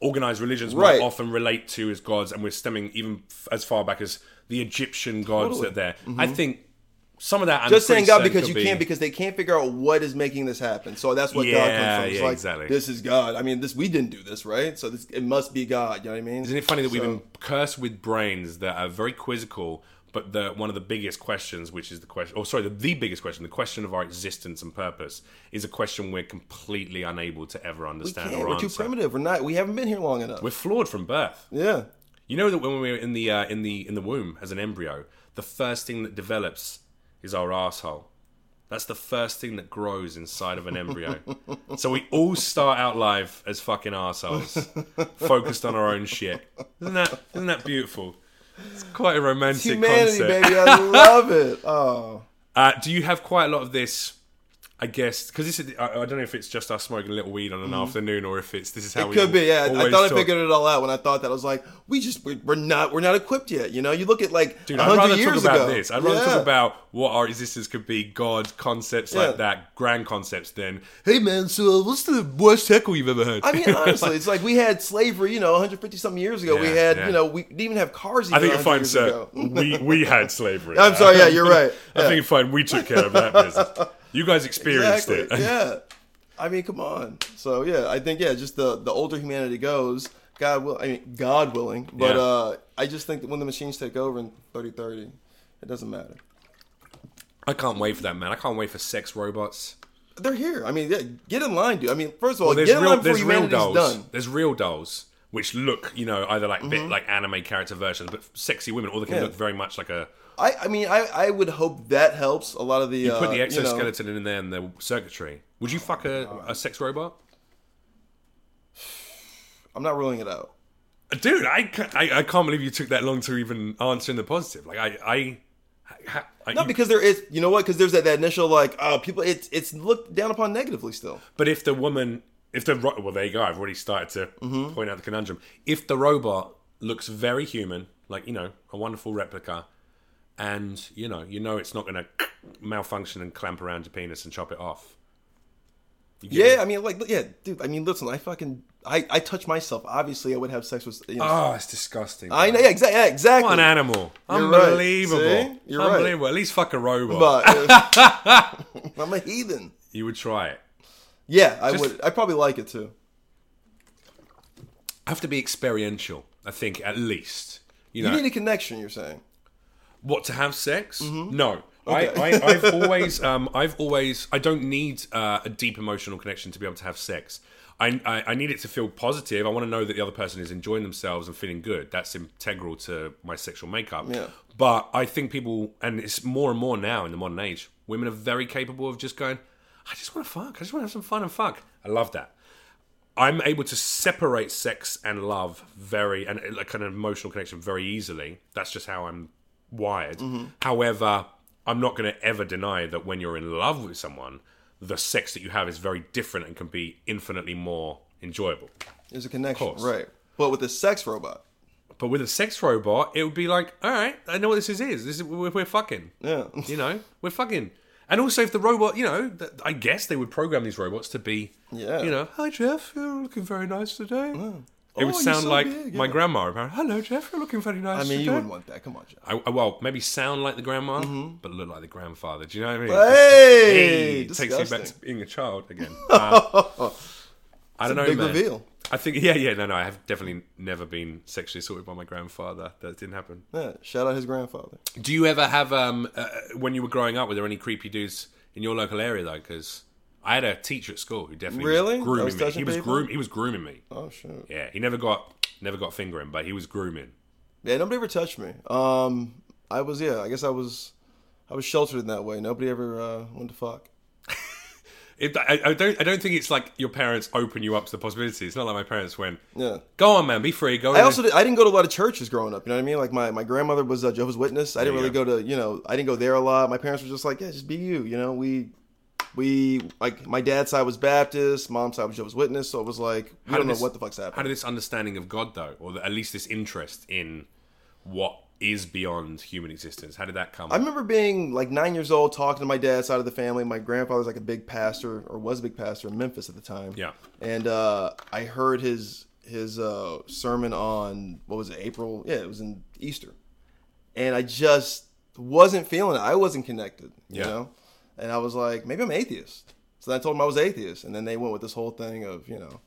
Speaker 1: organized religions
Speaker 2: Right.
Speaker 1: will often relate to as gods, and we're stemming even f- as far back as the Egyptian gods
Speaker 2: Totally. Mm-hmm.
Speaker 1: that there. I think some of that. I'm
Speaker 2: just saying
Speaker 1: pretty
Speaker 2: God
Speaker 1: certain
Speaker 2: because
Speaker 1: could
Speaker 2: you
Speaker 1: be-
Speaker 2: can't because they can't figure out what is making this happen. So that's what God
Speaker 1: Yeah,
Speaker 2: comes from. It's
Speaker 1: yeah,
Speaker 2: like,
Speaker 1: exactly.
Speaker 2: This is God. I mean, this we didn't do this, right? So this it must be God. You know what I mean?
Speaker 1: Isn't it funny that we've
Speaker 2: So-
Speaker 1: been cursed with brains that are very quizzical, but the one of the biggest questions, which is the question, or sorry, the, the biggest question, the question of our existence and purpose, is a question we're completely unable to ever
Speaker 2: We
Speaker 1: understand
Speaker 2: can't.
Speaker 1: or
Speaker 2: We're
Speaker 1: answer.
Speaker 2: too primitive. We're not. We haven't been here long enough.
Speaker 1: We're flawed from birth.
Speaker 2: yeah.
Speaker 1: You know that when we were in the uh, in the in the womb as an embryo, the first thing that develops is our asshole. That's the first thing that grows inside of an
Speaker 2: [LAUGHS]
Speaker 1: embryo. so we all start out life as fucking assholes, focused on our own shit. Isn't that isn't that beautiful? It's quite a romantic
Speaker 2: Humanity,
Speaker 1: concept.
Speaker 2: baby.
Speaker 1: [LAUGHS]
Speaker 2: I love it. Oh,
Speaker 1: Uh, do you have quite a lot of this? I guess because this is, I, I don't know if it's just us smoking a little weed on an afternoon or if it's this is how we
Speaker 2: Mm-hmm. could be. Yeah. I- I
Speaker 1: always
Speaker 2: thought I
Speaker 1: talk.
Speaker 2: figured it all out when I thought that. I was like, we just we're, we're not we're not equipped yet. You know. You look at like
Speaker 1: Dude, I'd
Speaker 2: 100
Speaker 1: rather talk
Speaker 2: years
Speaker 1: about
Speaker 2: ago.
Speaker 1: this. I'd rather
Speaker 2: Yeah.
Speaker 1: talk about what our existence could be, God concepts
Speaker 2: Yeah.
Speaker 1: like that, grand concepts. Than hey man, so uh, what's the worst heckle you've ever heard?
Speaker 2: I
Speaker 1: [LAUGHS]
Speaker 2: mean, honestly, it's like we had slavery, you know, 150 something years ago. we
Speaker 1: Yeah,
Speaker 2: had,
Speaker 1: yeah.
Speaker 2: you know, we didn't even have cars. Even
Speaker 1: I think you're
Speaker 2: 100
Speaker 1: fine,
Speaker 2: years
Speaker 1: sir.
Speaker 2: ago.
Speaker 1: [LAUGHS] we we had slavery.
Speaker 2: I'm sorry. Yeah, you're right.
Speaker 1: [LAUGHS] I think you're fine. We took care of that business.
Speaker 2: [LAUGHS]
Speaker 1: You guys experienced
Speaker 2: exactly.
Speaker 1: [LAUGHS] it.
Speaker 2: yeah. I mean, come on. So yeah, I think yeah, just the the older humanity goes, God will. I mean, God willing, but
Speaker 1: Yeah.
Speaker 2: uh, I just think that when the machines take over in 3030, it doesn't matter.
Speaker 1: I can't wait for that, man. I can't wait for sex robots.
Speaker 2: They're here. I mean, yeah, get in line, dude. I mean, first of all,
Speaker 1: Well,
Speaker 2: get
Speaker 1: there's
Speaker 2: in
Speaker 1: real
Speaker 2: line before
Speaker 1: there's real
Speaker 2: humanity's
Speaker 1: dolls.
Speaker 2: done. Mm-hmm.
Speaker 1: There's real dolls which look, you know, either like bit like anime character versions, but sexy women, or they can
Speaker 2: Yeah.
Speaker 1: look very much like a.
Speaker 2: I, I mean, I, I would hope that helps a lot of the. You
Speaker 1: Put the
Speaker 2: uh, you know- Oh,
Speaker 1: exoskeleton in there and the circuitry. Would you fuck a, a sex robot?
Speaker 2: I'm not ruling it out.
Speaker 1: dude I, ca- I I can't believe you took that long to even answer in the positive like i i, ha- I
Speaker 2: Not
Speaker 1: you-
Speaker 2: because there is, you know what? Because there's that, that initial like, oh, people, it's it's looked down upon negatively still.
Speaker 1: but if the woman if the ro- well there you go i've already started to
Speaker 2: Mm-hmm.
Speaker 1: point out the conundrum if the robot looks very human like you know a wonderful replica and you know you know it's not going to malfunction and clamp around your penis and chop it off You get
Speaker 2: Yeah,
Speaker 1: me?
Speaker 2: I mean, like, yeah, dude. I mean, listen, I fucking, I, I touch myself. Obviously, I would have sex with. You know,
Speaker 1: oh it's disgusting
Speaker 2: I know, yeah, exactly, yeah, exactly.
Speaker 1: What an animal.
Speaker 2: You're right.
Speaker 1: Unbelievable.
Speaker 2: See? You're right.
Speaker 1: Unbelievable. At least fuck a robot. [LAUGHS]
Speaker 2: But uh, [LAUGHS] I'm a heathen.
Speaker 1: you would try it.
Speaker 2: Yeah, I would. I probably like it too.
Speaker 1: Have to be experiential, I think, at least. You
Speaker 2: You
Speaker 1: know,
Speaker 2: need a connection. You're saying.
Speaker 1: what to have sex? No. I, I, I've [LAUGHS] always, um, I've always, I don't need uh, a deep emotional connection to be able to have sex. I, I, I need it to feel positive. I want to know that the other person is enjoying themselves and feeling good. That's integral to my sexual makeup.
Speaker 2: Yeah.
Speaker 1: But I think people, and it's more and more now in the modern age, women are very capable of just going, I just want to fuck. I just want to have some fun and fuck. I love that. I'm able to separate sex and love very and uh, like an emotional connection very easily. That's just how I'm wired. However, I'm not going to ever deny that when you're in love with someone, the sex that you have is very different and can be infinitely more enjoyable.
Speaker 2: There's a connection,
Speaker 1: course.
Speaker 2: right? But with the sex robot,
Speaker 1: But with a sex robot, it would be like, all right, I know what this is. Is this is we're, we're fucking. [LAUGHS]
Speaker 2: yeah,
Speaker 1: You know, we're fucking. And also, if the robot, you know, th- I guess they would program these robots to be,
Speaker 2: Yeah.
Speaker 1: you know, hi Jeff, you're looking very nice today. It
Speaker 2: Oh,
Speaker 1: would
Speaker 2: you're
Speaker 1: sound
Speaker 2: so
Speaker 1: like
Speaker 2: big,
Speaker 1: my
Speaker 2: yeah.
Speaker 1: grandma. Apparently. Hello Jeff, you're looking very nice.
Speaker 2: I mean,
Speaker 1: today.
Speaker 2: you wouldn't want that. Come on, Jeff.
Speaker 1: I, I- well, maybe sound like the grandma, but look like the grandfather. Do you know what I mean?
Speaker 2: Hey,
Speaker 1: It takes me back to
Speaker 2: disgusting.
Speaker 1: being a child
Speaker 2: [LAUGHS]
Speaker 1: again. Uh, I don't know,
Speaker 2: Big
Speaker 1: man.
Speaker 2: reveal.
Speaker 1: I think, [LAUGHS] yeah, yeah, no, no. I have definitely never been sexually assaulted by my grandfather. That didn't happen.
Speaker 2: Yeah, shout out his grandfather.
Speaker 1: Do you ever have um uh, when you were growing up? Were there any creepy dudes in your local area though? Because I had a teacher at school who definitely was
Speaker 2: Really? That
Speaker 1: grooming
Speaker 2: was
Speaker 1: me.
Speaker 2: touching
Speaker 1: He was
Speaker 2: people?
Speaker 1: groom. He was grooming me.
Speaker 2: Oh shit.
Speaker 1: Yeah, he never got never got fingering, but he was grooming.
Speaker 2: Yeah, nobody ever touched me. Um, I was yeah, I guess I was, I was sheltered in that way. Nobody ever uh, wanted to fuck.
Speaker 1: It, I, I don't I don't think it's like your parents open you up to the possibility. It's not like my parents went,
Speaker 2: Yeah.
Speaker 1: "Go on, man, be free." Go.
Speaker 2: I also did, I didn't go to a lot of churches growing up. You know what I mean? Like my, my grandmother was a Jehovah's Witness. I didn't
Speaker 1: There you
Speaker 2: really go. to you know I didn't go there a lot. My parents were just like yeah, just be you. You know we we like my dad's side was Baptist, mom's side was Jehovah's Witness. So it was like we
Speaker 1: did
Speaker 2: don't know
Speaker 1: this-
Speaker 2: what the fuck's happening.
Speaker 1: how did this understanding of God though, or the, at least this interest in what is beyond human existence, how did that come?
Speaker 2: I remember being like nine years old, talking to my dad's side of the family. My grandfather's like a big pastor, or was a big pastor in Memphis at the time.
Speaker 1: Yeah.
Speaker 2: and uh, I heard his his uh, sermon on what was it, April? Yeah, it was in Easter, and I just wasn't feeling it. I wasn't connected, you
Speaker 1: Yeah.
Speaker 2: know. And I was like, maybe I'm atheist. So then I told him I was atheist, and then they went with this whole thing of you know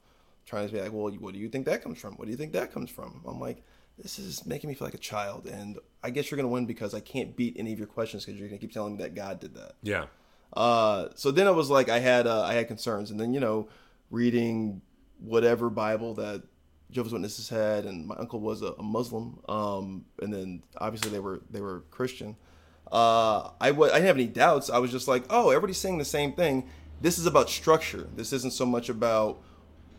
Speaker 2: trying to be like, well, what do you think that comes from? What do you think that comes from? I'm like, this is making me feel like a child, and I guess you're gonna win because I can't beat any of your questions because you're gonna keep telling me that God did that.
Speaker 1: yeah,
Speaker 2: Uh, so then it was like I had uh, I had concerns, and then you know, reading whatever Bible that Jehovah's Witnesses had, and my uncle was a, a Muslim, um, and then obviously they were they were Christian. Uh, I w- I didn't have any doubts. I was just like, oh, everybody's saying the same thing. This is about structure. This isn't so much about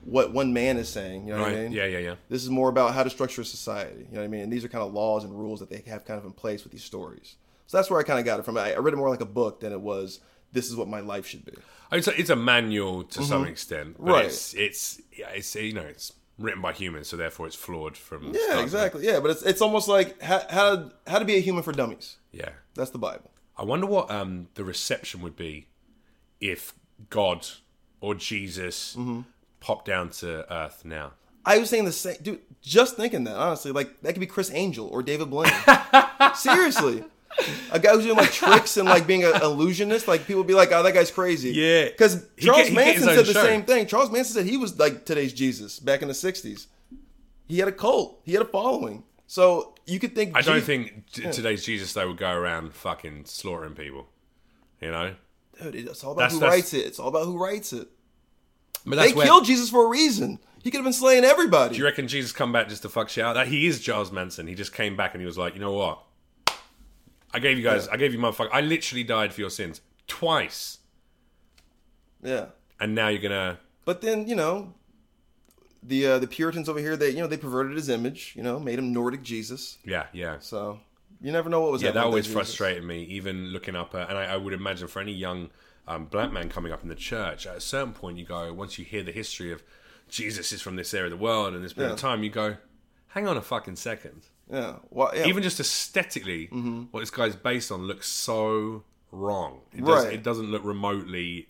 Speaker 2: what one man is saying. You know what I
Speaker 1: right,
Speaker 2: mean?
Speaker 1: yeah, yeah, yeah.
Speaker 2: This is more about how to structure a society. You know what I mean? And these are kind of laws and rules that they have kind of in place with these stories. So that's where I kind of got it from. I, I read it more like a book than it was. This is what my life should be.
Speaker 1: It's a, it's a manual to some extent, but
Speaker 2: Mm-hmm. Right.
Speaker 1: It's, it's yeah, it's you know it's written by humans, so therefore it's flawed from start
Speaker 2: Yeah,
Speaker 1: to-
Speaker 2: exactly. Yeah, but it's it's almost like how how to, how to be a human for dummies.
Speaker 1: Yeah,
Speaker 2: That's the Bible.
Speaker 1: I wonder what um the reception would be if God or Jesus
Speaker 2: Mm-hmm.
Speaker 1: popped down to Earth now.
Speaker 2: I was saying the same, dude. Just thinking that, honestly, like that could be Chris Angel or David Blaine.
Speaker 1: [LAUGHS]
Speaker 2: Seriously, a guy who's doing like tricks and like being an illusionist. Like people be like, "Oh, that guy's crazy."
Speaker 1: Yeah.
Speaker 2: because
Speaker 1: He
Speaker 2: Charles
Speaker 1: get- he get his
Speaker 2: Manson
Speaker 1: own
Speaker 2: said the
Speaker 1: show.
Speaker 2: same thing. Charles Manson said he was like today's Jesus back in the '60s. He had a cult. He had a following. So you could think.
Speaker 1: I don't think t- today's Jesus though would go around fucking slaughtering people, you know.
Speaker 2: dude. It's all about
Speaker 1: That's-
Speaker 2: who
Speaker 1: that's-
Speaker 2: writes it. It's all about who writes it.
Speaker 1: But
Speaker 2: They
Speaker 1: that's where
Speaker 2: killed Jesus for a reason. He could have been slaying everybody.
Speaker 1: do you reckon Jesus come back just to fuck shit out? That he is Charles Manson. He just came back and he was like, you know what? I gave you guys, I gave you motherfucker. I literally died for your sins twice,
Speaker 2: yeah.
Speaker 1: and now you're gonna
Speaker 2: But then you know, the uh, the Puritans over here, they you know they perverted his image, you know, made him Nordic Jesus.
Speaker 1: Yeah, yeah.
Speaker 2: So you never know what was
Speaker 1: Yeah,
Speaker 2: happening
Speaker 1: that
Speaker 2: with
Speaker 1: always
Speaker 2: Jesus.
Speaker 1: frustrated me. Even looking up, uh, and I, I would imagine for any young um, black man coming up in the church, at a certain point, you go once you hear the history of Jesus is from this area of the world and this period of time, you go, hang on a fucking second.
Speaker 2: Yeah, well, yeah.
Speaker 1: Even just aesthetically, what this guy's based on looks so wrong. It, does,
Speaker 2: Right.
Speaker 1: it doesn't look remotely.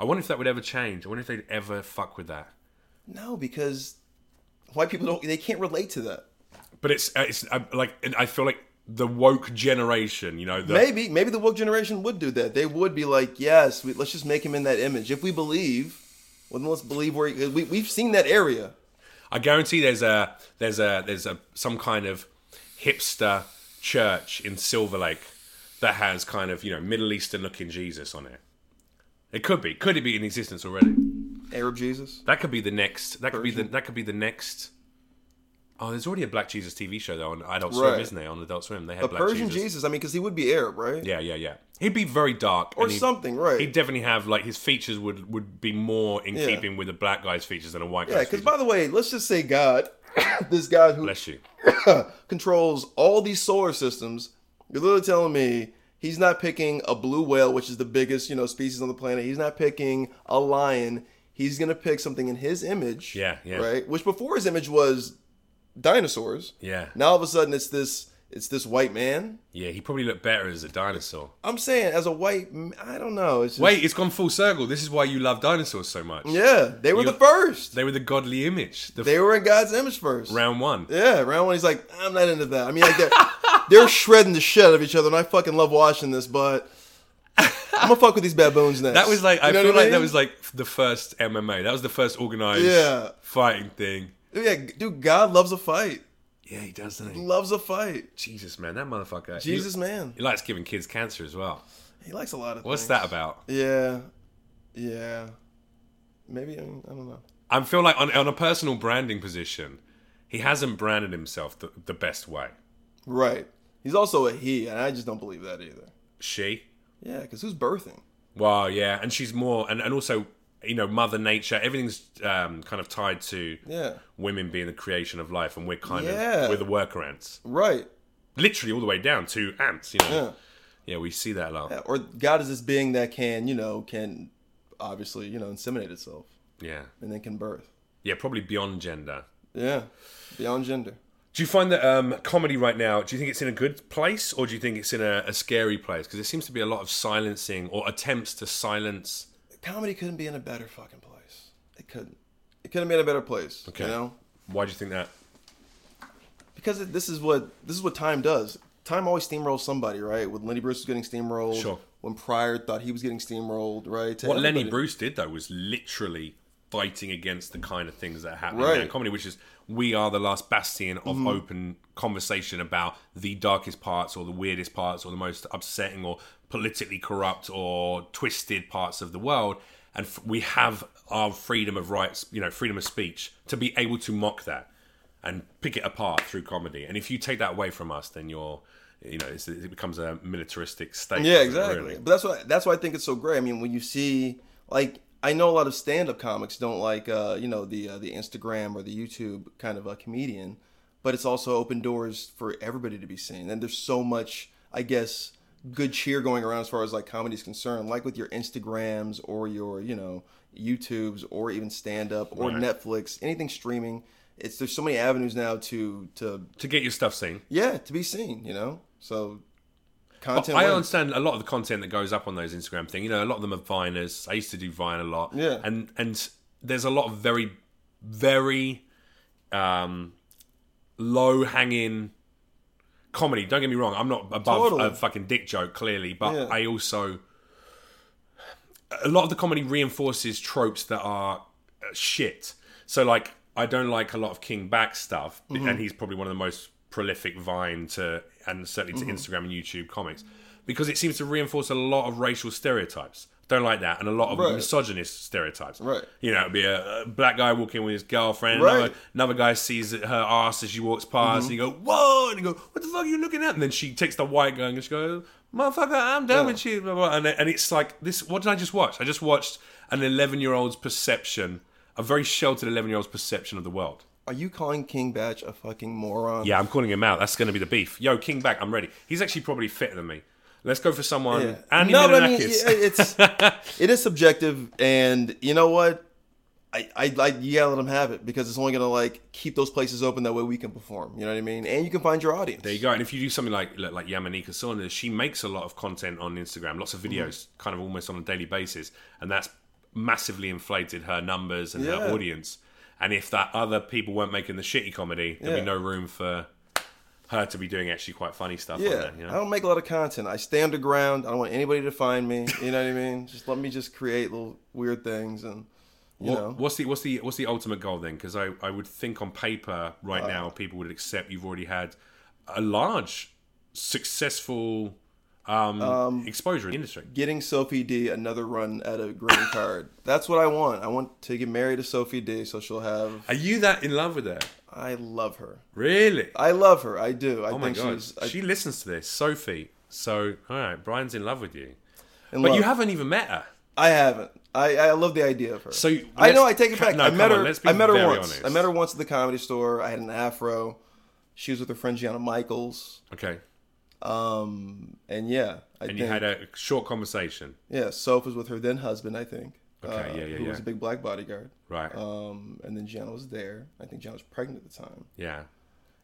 Speaker 1: I wonder if that would ever change. I wonder if they'd ever fuck with that.
Speaker 2: no, because white people don't they can't relate to that.
Speaker 1: But it's uh, it's uh, like I feel like the woke generation, you know, the,
Speaker 2: Maybe maybe the woke generation would do that. They would be like, yes, we, let's just make him in that image. If we believe, well, then let's believe where he, we we've seen that area.
Speaker 1: I guarantee there's a there's a there's a some kind of hipster church in Silver Lake that has kind of you know Middle Eastern looking Jesus on it. It could be. Could it be in existence already?
Speaker 2: Arab Jesus.
Speaker 1: That could be the next. That could be the that could be the next. Oh, there's already a Black Jesus TV show though on Adult Swim,
Speaker 2: Right.
Speaker 1: isn't there? On Adult Swim, they had
Speaker 2: A
Speaker 1: Black
Speaker 2: Persian Jesus.
Speaker 1: Jesus.
Speaker 2: I mean, because he would be Arab, right?
Speaker 1: Yeah, yeah, yeah. He'd be very dark
Speaker 2: Or
Speaker 1: and he'd-
Speaker 2: something, right?
Speaker 1: He'd definitely have like his features would would be more in
Speaker 2: Yeah.
Speaker 1: keeping with a black guy's features than a white
Speaker 2: yeah,
Speaker 1: guy's
Speaker 2: because
Speaker 1: features.
Speaker 2: by the way, let's just say God, [COUGHS] this God who
Speaker 1: Bless you.
Speaker 2: controls all these solar systems, you're literally telling me he's not picking a blue whale, which is the biggest, you know, species on the planet. He's not picking a lion. He's gonna pick something in his image.
Speaker 1: Yeah, yeah.
Speaker 2: Right? Which before his image was dinosaurs.
Speaker 1: Yeah,
Speaker 2: Now all of a sudden it's this it's this white man.
Speaker 1: yeah. He probably looked better as a dinosaur.
Speaker 2: I'm saying as a white m- I don't know. It's just,
Speaker 1: Wait, it's gone full circle. This is why you love dinosaurs so much.
Speaker 2: Yeah, they were
Speaker 1: You-
Speaker 2: the first.
Speaker 1: They were the godly image. The
Speaker 2: They were in God's image first.
Speaker 1: round one.
Speaker 2: Yeah, round one. He's like, I'm not into that. I mean, like they're
Speaker 1: [LAUGHS]
Speaker 2: they're shredding the shit out of each other, and I fucking love watching this. But I'm gonna fuck with these baboons next.
Speaker 1: That was like I
Speaker 2: You know
Speaker 1: feel
Speaker 2: what
Speaker 1: like that
Speaker 2: mean?
Speaker 1: was like the first MMA. That was the first organized
Speaker 2: Yeah.
Speaker 1: fighting thing.
Speaker 2: yeah, dude. God loves a fight.
Speaker 1: Yeah, he does, doesn't he?
Speaker 2: Loves a fight.
Speaker 1: Jesus, man, that motherfucker. he-
Speaker 2: Jesus, man,
Speaker 1: He, likes giving kids cancer as well.
Speaker 2: he likes a lot of.
Speaker 1: What's
Speaker 2: things.
Speaker 1: that about?
Speaker 2: Yeah, yeah. Maybe I, mean, I don't know.
Speaker 1: I feel like on, on a personal branding position, he hasn't branded himself the, the best way.
Speaker 2: Right. He's also a he, and I just don't believe that either.
Speaker 1: She?
Speaker 2: Yeah, because who's birthing?
Speaker 1: Well, yeah, and she's more, and, and also, you know, Mother Nature, everything's um, kind of tied to
Speaker 2: Yeah.
Speaker 1: women being the creation of life, and we're kind
Speaker 2: Yeah.
Speaker 1: of, we're the worker ants.
Speaker 2: Right.
Speaker 1: Literally all the way down to ants, you know.
Speaker 2: Yeah.
Speaker 1: Yeah, we see that a lot.
Speaker 2: Yeah, Or God is this being that can, you know, can obviously, you know, inseminate itself
Speaker 1: Yeah.
Speaker 2: and then can birth.
Speaker 1: Yeah, probably beyond gender.
Speaker 2: Yeah, beyond gender.
Speaker 1: Do you find that um, comedy right now, do you think it's in a good place or do you think it's in a, a scary place? Because there seems to be a lot of silencing or attempts to silence.
Speaker 2: Comedy couldn't be in a better fucking place. It couldn't. It couldn't be in a better place.
Speaker 1: Okay.
Speaker 2: You know,
Speaker 1: Why do you think that?
Speaker 2: because it, this is what this is what time does. Time always steamrolls somebody, right? When Lenny Bruce was getting steamrolled.
Speaker 1: Sure.
Speaker 2: When Pryor thought he was getting steamrolled, right? To
Speaker 1: What Lenny
Speaker 2: everybody.
Speaker 1: Bruce did, though, was literally fighting against the kind of things that are happening
Speaker 2: Right. Mm-hmm.
Speaker 1: now in comedy, which is we are the last bastion of open conversation about the darkest parts or the weirdest parts or the most upsetting or politically corrupt or twisted parts of the world. And f- we have our freedom of rights, you know, freedom of speech to be able to mock that and pick it apart through comedy. And if you take that away from us, then you're. You know, it's, it becomes a militaristic state.
Speaker 2: Yeah,
Speaker 1: doesn't it,
Speaker 2: exactly.
Speaker 1: really?
Speaker 2: But that's why that's why I think it's so great. I mean, when you see like I know a lot of stand-up comics don't like uh, you know the uh, the Instagram or the YouTube kind of a comedian, but it's also open doors for everybody to be seen. And there's so much, I guess, good cheer going around as far as like comedy is concerned. Like with your Instagrams or your you know YouTubes or even stand-up or
Speaker 1: Right.
Speaker 2: Netflix, anything streaming. It's there's so many avenues now to to
Speaker 1: To get your stuff seen.
Speaker 2: yeah to be seen. You know, so content.
Speaker 1: I
Speaker 2: wins.
Speaker 1: understand a lot of the content that goes up on those Instagram thing. You know, a lot of them are viners. I used to do Vine a lot.
Speaker 2: Yeah.
Speaker 1: And and there's a lot of very, very um low hanging comedy. Don't get me wrong, I'm not above
Speaker 2: Totally.
Speaker 1: a fucking dick joke, clearly, but
Speaker 2: Yeah.
Speaker 1: I also a lot of the comedy reinforces tropes that are uh, shit. So like I don't like a lot of King Back stuff,
Speaker 2: Mm-hmm.
Speaker 1: and he's probably one of the most prolific Vine to and certainly
Speaker 2: Mm-hmm.
Speaker 1: to Instagram and YouTube comics because it seems to reinforce a lot of racial stereotypes. Don't like that, and a lot of
Speaker 2: Right.
Speaker 1: misogynist stereotypes.
Speaker 2: Right.
Speaker 1: You know, it'd be a, a black guy walking with his girlfriend,
Speaker 2: Right. Mm-hmm.
Speaker 1: another, another guy sees her ass as she walks past, and you go, "Whoa!" and you go, "What the fuck are you looking at?" And then she takes the white guy and she goes, "Motherfucker, I'm down with you." Blah, blah, blah. And and it's like this. What did I just watch? I just watched an 11 year old's perception a very sheltered 11 year old's perception of the world.
Speaker 2: Are you calling King Batch a fucking moron?
Speaker 1: Yeah, I'm calling him out. That's going to be the beef. Yo, King back. I'm ready. He's actually probably fitter than me. Let's go for someone.
Speaker 2: Yeah.
Speaker 1: Andy
Speaker 2: no, but I mean,
Speaker 1: Milonakis.
Speaker 2: yeah,
Speaker 1: [LAUGHS]
Speaker 2: it's it is subjective, and you know what? I, I, I you gotta let them have it because it's only gonna like keep those places open. That way we can perform. You know what I mean? And you can find your audience.
Speaker 1: There you go. And if you do something like like, like Yamanika Saunders, she makes a lot of content on Instagram, lots of videos, kind of almost on a daily basis, and that's massively inflated her numbers and
Speaker 2: Yeah.
Speaker 1: her audience. And if that other people weren't making the shitty comedy, there'd
Speaker 2: Yeah.
Speaker 1: be no room for her to be doing actually quite funny stuff. on
Speaker 2: yeah,
Speaker 1: there, you know?
Speaker 2: I don't make a lot of content. I stay underground. I don't want anybody to find me. You know what I mean? [LAUGHS] Just let me just create little weird things and you
Speaker 1: What-
Speaker 2: know.
Speaker 1: What's the what's the what's the ultimate goal then? Because I, I would think on paper right now people would accept you've already had a large successful um, exposure in the industry.
Speaker 2: Getting Sophie D another run at a green card. That's what I want. I want to get married to Sophie D, so she'll have.
Speaker 1: Are you that in love with her?
Speaker 2: I love her.
Speaker 1: Really?
Speaker 2: I love her. I do. I
Speaker 1: Oh my
Speaker 2: think
Speaker 1: god,
Speaker 2: she's. Uh, I,
Speaker 1: she listens to this, Sophie. So all right, Brian's in love with you,
Speaker 2: in
Speaker 1: but
Speaker 2: love.
Speaker 1: you haven't even met her.
Speaker 2: I haven't. I, I love the idea of her.
Speaker 1: So
Speaker 2: I know. I
Speaker 1: let's-
Speaker 2: take it back.
Speaker 1: no,
Speaker 2: I
Speaker 1: come
Speaker 2: met
Speaker 1: on,
Speaker 2: her.
Speaker 1: let's be
Speaker 2: I met her
Speaker 1: very
Speaker 2: once.
Speaker 1: honest.
Speaker 2: I met her once at the comedy store. I had an afro. She was with her friend Gianna Michaels.
Speaker 1: Okay,
Speaker 2: Um, and yeah, I
Speaker 1: and
Speaker 2: think
Speaker 1: you had a short conversation,
Speaker 2: yeah. Soph was with her then husband. I think.
Speaker 1: Okay,
Speaker 2: uh,
Speaker 1: yeah, yeah,
Speaker 2: Who was
Speaker 1: yeah.
Speaker 2: a big black bodyguard.
Speaker 1: right?
Speaker 2: Um, and then Gianna was there. I think Gianna was pregnant at the time.
Speaker 1: yeah,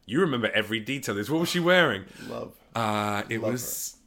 Speaker 1: you remember every detail. This. What was she wearing?
Speaker 2: Love.
Speaker 1: Uh, it was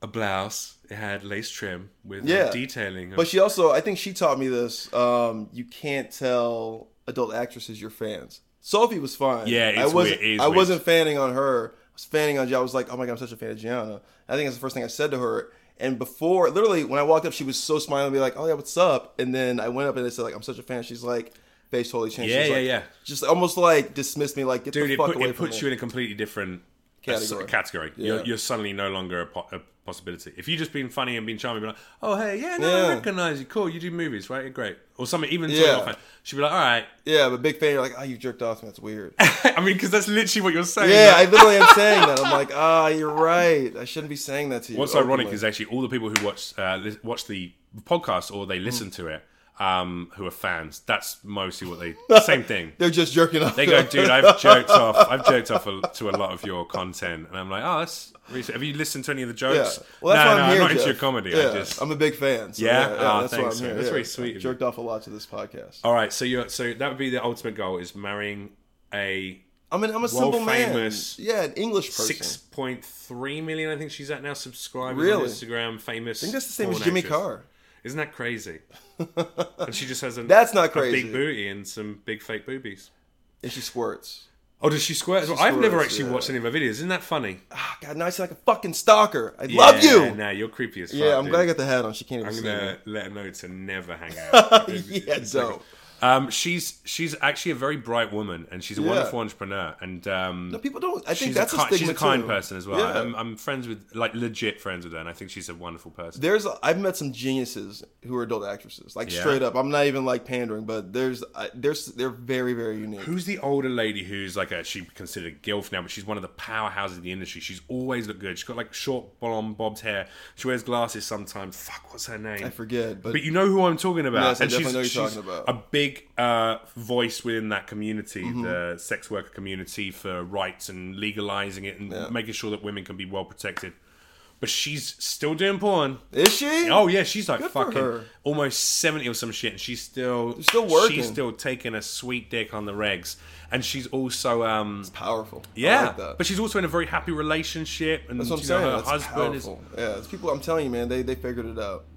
Speaker 1: a blouse. It had lace trim with
Speaker 2: Yeah.
Speaker 1: detailing. of-
Speaker 2: But she also, I think she taught me this. Um, you can't tell adult actresses you're fans. Sophie was fine.
Speaker 1: Yeah, it's
Speaker 2: I
Speaker 1: weird.
Speaker 2: wasn't.
Speaker 1: It is
Speaker 2: I
Speaker 1: weird.
Speaker 2: wasn't fanning on her. I was fanning on. Gi- I was like, oh my god, I'm such a fan of Gianna. I think that's the first thing I said to her. And before, literally, when I walked up, she was so smiling, be like, oh yeah, what's up? And then I went up and I said like, I'm such a fan. She's like, face totally changed.
Speaker 1: Yeah,
Speaker 2: She's
Speaker 1: yeah,
Speaker 2: like-
Speaker 1: yeah.
Speaker 2: Just almost like dismissed me, like get
Speaker 1: Dude,
Speaker 2: the
Speaker 1: it,
Speaker 2: fuck
Speaker 1: put,
Speaker 2: away
Speaker 1: it
Speaker 2: from
Speaker 1: puts
Speaker 2: me.
Speaker 1: you in a completely different
Speaker 2: Category.
Speaker 1: category. category.
Speaker 2: Yeah.
Speaker 1: You're, you're suddenly no longer a, po- a possibility. If you just been funny and been charming, be like, oh hey, yeah, no,
Speaker 2: Yeah.
Speaker 1: I recognize you. Cool, you do movies, right? Great, or something. Even
Speaker 2: Yeah.
Speaker 1: yeah. she'd be like, all
Speaker 2: [LAUGHS]
Speaker 1: right.
Speaker 2: yeah, but big fan. You're like, oh, you jerked off me. That's
Speaker 1: [LAUGHS]
Speaker 2: weird.
Speaker 1: I mean, because that's literally what you're saying.
Speaker 2: yeah,
Speaker 1: Like,
Speaker 2: I literally am saying that. I'm like, ah, you're right. I shouldn't be saying that to you.
Speaker 1: What's ironic
Speaker 2: openly."
Speaker 1: is actually all the people who watch uh, li- watch the podcast or they listen
Speaker 2: Mm.
Speaker 1: to it, um, who are fans. That's mostly what
Speaker 2: [LAUGHS]
Speaker 1: they same thing.
Speaker 2: They're just jerking off. [LAUGHS]
Speaker 1: They go, dude, I've joked off. I've joked off a, to a lot of your content, and I'm like, oh, that's. Recent. Have you listened to any of the
Speaker 2: Yeah.
Speaker 1: jokes?
Speaker 2: Well, that's
Speaker 1: no,
Speaker 2: why
Speaker 1: no,
Speaker 2: I'm here.
Speaker 1: not into
Speaker 2: Jeff.
Speaker 1: your comedy.
Speaker 2: Yeah.
Speaker 1: I just.
Speaker 2: I'm a big fan. so
Speaker 1: Yeah?
Speaker 2: yeah, yeah,
Speaker 1: Oh,
Speaker 2: that's why
Speaker 1: thanks,
Speaker 2: I'm
Speaker 1: man. Oh,
Speaker 2: here.
Speaker 1: That's
Speaker 2: yeah.
Speaker 1: very sweet of you.
Speaker 2: Jerked off a lot to this podcast.
Speaker 1: All right, so you so that would be the ultimate goal is marrying a
Speaker 2: I mean, I'm a simple man.
Speaker 1: famous
Speaker 2: Yeah, an English person.
Speaker 1: six point three million. I think she's at now subscribers on
Speaker 2: Really?
Speaker 1: Instagram. Famous.
Speaker 2: I think that's the same as
Speaker 1: porn
Speaker 2: Jimmy
Speaker 1: actress.
Speaker 2: Carr.
Speaker 1: Isn't that crazy? and she just has a
Speaker 2: That's not
Speaker 1: A
Speaker 2: crazy.
Speaker 1: big booty and some big fake boobies.
Speaker 2: [LAUGHS] And she squirts.
Speaker 1: Oh, does she squirt? as well? I've never
Speaker 2: squirts,
Speaker 1: actually
Speaker 2: yeah.
Speaker 1: watched any of her videos. Isn't that funny?
Speaker 2: Ah, God, now I sound like a fucking stalker. I love
Speaker 1: Yeah,
Speaker 2: you.
Speaker 1: Nah, you're creepy as fuck.
Speaker 2: yeah, I'm
Speaker 1: dude.
Speaker 2: glad I got the hat on. She can't even
Speaker 1: I'm
Speaker 2: see
Speaker 1: gonna let her know to never hang out.
Speaker 2: me. [LAUGHS] yeah, dope.
Speaker 1: Um, she's she's actually a very bright woman, and she's a
Speaker 2: Yeah.
Speaker 1: wonderful entrepreneur. And um,
Speaker 2: No, people don't. I think
Speaker 1: she's,
Speaker 2: that's
Speaker 1: a
Speaker 2: a,
Speaker 1: ki-
Speaker 2: stigma
Speaker 1: she's a kind
Speaker 2: too.
Speaker 1: person as well.
Speaker 2: Yeah.
Speaker 1: I'm, I'm friends with like legit friends with her, and I think she's a wonderful person.
Speaker 2: there's I've met some geniuses who are adult actresses, like
Speaker 1: Yeah.
Speaker 2: straight up. I'm not even like pandering, but there's I, there's they're very very unique.
Speaker 1: Who's the older lady who's like a she considered a gilf now, but she's one of the powerhouses of the industry. She's always looked good. She's got like short blonde bobbed hair. She wears glasses sometimes. Fuck, what's her name?
Speaker 2: I forget, but
Speaker 1: But you know who I'm talking about.
Speaker 2: Yes, I
Speaker 1: and
Speaker 2: definitely
Speaker 1: she's,
Speaker 2: know who you're
Speaker 1: she's
Speaker 2: talking about.
Speaker 1: a big uh, voice within that community, the sex worker community for rights and legalizing it and making sure that women can be well protected. But she's still doing porn.
Speaker 2: is she?
Speaker 1: Oh yeah, she's like
Speaker 2: Good for
Speaker 1: fucking
Speaker 2: her.
Speaker 1: almost seventy or some shit, and she's still
Speaker 2: still working.
Speaker 1: She's still taking a sweet dick on the regs, and she's also um
Speaker 2: powerful. I
Speaker 1: yeah,
Speaker 2: like that.
Speaker 1: but she's also in a very happy relationship, and
Speaker 2: That's what I'm
Speaker 1: you know,
Speaker 2: saying.
Speaker 1: her
Speaker 2: That's
Speaker 1: husband
Speaker 2: powerful. Yeah, it's people. I'm telling you, man, they they figured it out.
Speaker 1: is.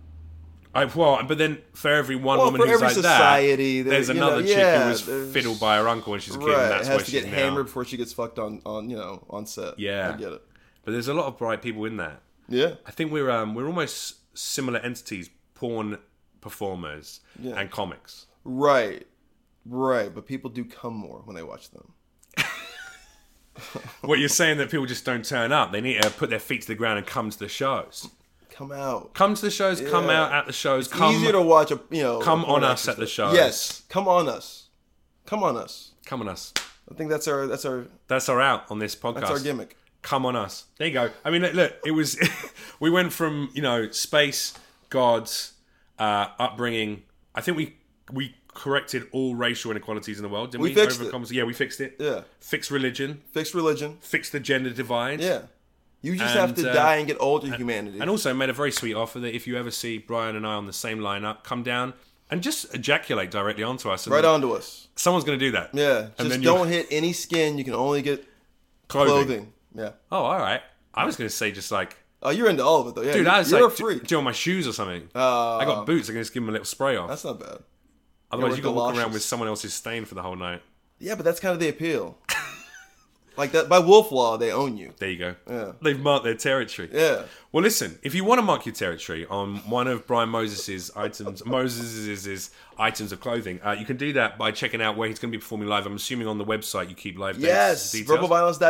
Speaker 1: I, well, but then for every one
Speaker 2: Well,
Speaker 1: woman
Speaker 2: for
Speaker 1: who's
Speaker 2: every
Speaker 1: like
Speaker 2: society,
Speaker 1: that,
Speaker 2: there-
Speaker 1: there's
Speaker 2: you know,
Speaker 1: another chick
Speaker 2: yeah,
Speaker 1: who was
Speaker 2: there's-
Speaker 1: fiddled by her uncle when she was a kid, and
Speaker 2: Right, it
Speaker 1: that's where
Speaker 2: has to
Speaker 1: she's
Speaker 2: get
Speaker 1: now.
Speaker 2: hammered before she gets fucked on on you know on set.
Speaker 1: Yeah.
Speaker 2: I get it.
Speaker 1: But there's a lot of bright people in that.
Speaker 2: Yeah,
Speaker 1: I think we're um we're almost similar entities, porn performers and comics.
Speaker 2: right, right. But people do come more when they watch them.
Speaker 1: What you're saying that people just don't turn up. They need to put their feet to the ground and come to the shows.
Speaker 2: Come out.
Speaker 1: Come to the shows. Come
Speaker 2: Yeah.
Speaker 1: out at the shows. Come
Speaker 2: Easier to watch a you know.
Speaker 1: come
Speaker 2: a
Speaker 1: on
Speaker 2: porn
Speaker 1: us at
Speaker 2: actress
Speaker 1: the shows.
Speaker 2: Yes, come on us. Come on us.
Speaker 1: come on us.
Speaker 2: I think that's our that's our
Speaker 1: That's our out on this podcast.
Speaker 2: that's our gimmick.
Speaker 1: Come on us. There you go. I mean, look, look it was. [LAUGHS] we went from you know space gods, uh, upbringing. I think we we corrected all racial inequalities in the world. Didn't we,
Speaker 2: We fixed it.
Speaker 1: Overcomes- Yeah, we fixed it.
Speaker 2: Yeah.
Speaker 1: Fix religion.
Speaker 2: Fix religion.
Speaker 1: Fix the gender divide.
Speaker 2: Yeah. You just
Speaker 1: And,
Speaker 2: have to
Speaker 1: uh,
Speaker 2: die and get older, humanity.
Speaker 1: And also made a very sweet offer that if you ever see Brian and I on the same lineup, come down and just ejaculate directly onto us. And
Speaker 2: right
Speaker 1: then-
Speaker 2: onto us.
Speaker 1: Someone's going to do that.
Speaker 2: Yeah.
Speaker 1: And
Speaker 2: Just
Speaker 1: then
Speaker 2: don't hit any skin. You can only get
Speaker 1: clothing.
Speaker 2: clothing. Yeah.
Speaker 1: Oh, all right. I was going to say just like,
Speaker 2: Oh, you're into all of it though. Yeah.
Speaker 1: dude,
Speaker 2: you're,
Speaker 1: I was
Speaker 2: you're
Speaker 1: like,
Speaker 2: a
Speaker 1: do-
Speaker 2: freak.
Speaker 1: do you want my shoes or something?
Speaker 2: Uh,
Speaker 1: I got boots. I'm going to just give them a little spray off.
Speaker 2: That's not bad.
Speaker 1: Otherwise, you
Speaker 2: you're
Speaker 1: got to walk around
Speaker 2: galoshes.
Speaker 1: with someone else's stain for the whole night.
Speaker 2: Yeah, but that's kind of
Speaker 1: [LAUGHS]
Speaker 2: the appeal. like that by Wolf Law, they own you.
Speaker 1: There you go.
Speaker 2: Yeah.
Speaker 1: They've marked their territory.
Speaker 2: Yeah.
Speaker 1: Well, listen. If you want to mark your territory on one of Brian Moses's items, Moses's items of clothing, uh, you can do that by checking out where he's going to be performing live. I'm assuming on the website you keep live. dates,
Speaker 2: Yes,
Speaker 1: details.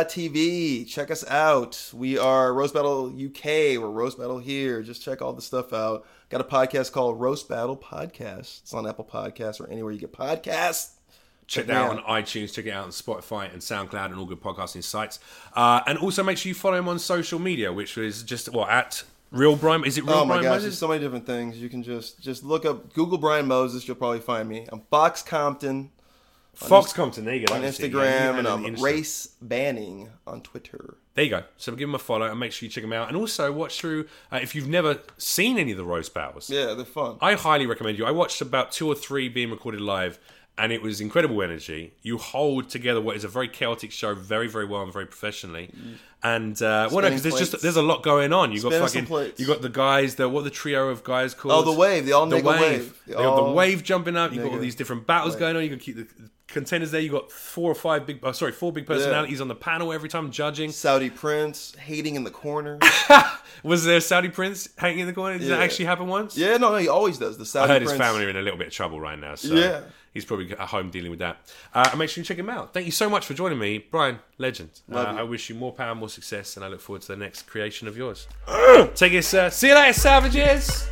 Speaker 2: verbalviolence.tv. Check us out. We are Roast Battle UK. We're Roast Battle here. Just check all the stuff out. Got a podcast called Roast Battle Podcast. It's on Apple Podcasts or anywhere you get podcasts.
Speaker 1: Check
Speaker 2: me
Speaker 1: that out on
Speaker 2: out.
Speaker 1: iTunes. Check it out on Spotify and SoundCloud and all good podcasting sites. Uh, and also make sure you follow him on social media, which is just what at Real Brian. Is it Real
Speaker 2: Oh my
Speaker 1: Brian
Speaker 2: gosh,
Speaker 1: Moses?
Speaker 2: there's so many different things. You can just just look up Google Brian Moses. You'll probably find me. I'm Fox Compton
Speaker 1: Fox Compton. There you go.
Speaker 2: on
Speaker 1: That's it. Yeah,
Speaker 2: Instagram,
Speaker 1: you had
Speaker 2: and
Speaker 1: an
Speaker 2: I'm
Speaker 1: Insta.
Speaker 2: Race Banning on Twitter.
Speaker 1: There you go. So give him a follow and make sure you check him out. And also watch through uh, if you've never seen any of the roast battles.
Speaker 2: Yeah, they're fun.
Speaker 1: I highly recommend you. I watched about two or three being recorded live, and it was incredible energy. You hold together what is a very chaotic show very, very well and very professionally. And uh, well, no, because there's just
Speaker 2: Mm. plates.
Speaker 1: there's a lot going on. You got
Speaker 2: Spinning some
Speaker 1: fucking,
Speaker 2: plates.
Speaker 1: you got the guys. The what the trio of guys
Speaker 2: Oh,
Speaker 1: called?
Speaker 2: the wave. They all
Speaker 1: The
Speaker 2: make
Speaker 1: wave.
Speaker 2: a wave. Oh.
Speaker 1: They got the
Speaker 2: all-
Speaker 1: wave jumping up. You got all
Speaker 2: Nigga.
Speaker 1: these different battles going on. You can keep the contenders there. You got four or five big, oh, sorry, four big personalities on the panel every time judging.
Speaker 2: Saudi Prince hating in
Speaker 1: [LAUGHS]
Speaker 2: the corner.
Speaker 1: Was there Saudi Prince hanging in the corner? Did that
Speaker 2: Yeah.
Speaker 1: actually happen once?
Speaker 2: yeah, no, no, he always does. The
Speaker 1: I
Speaker 2: Saudi
Speaker 1: heard
Speaker 2: Prince.
Speaker 1: his family are in a little bit of trouble right now, so
Speaker 2: Yeah.
Speaker 1: he's probably at home dealing with that. Uh, and make sure you check him out. Thank you so much for joining me, Brian. Legend. Uh, I wish you more [CLEARS THROAT] power, more success, and I look forward to the next creation of yours. Take it, sir. See you later, savages.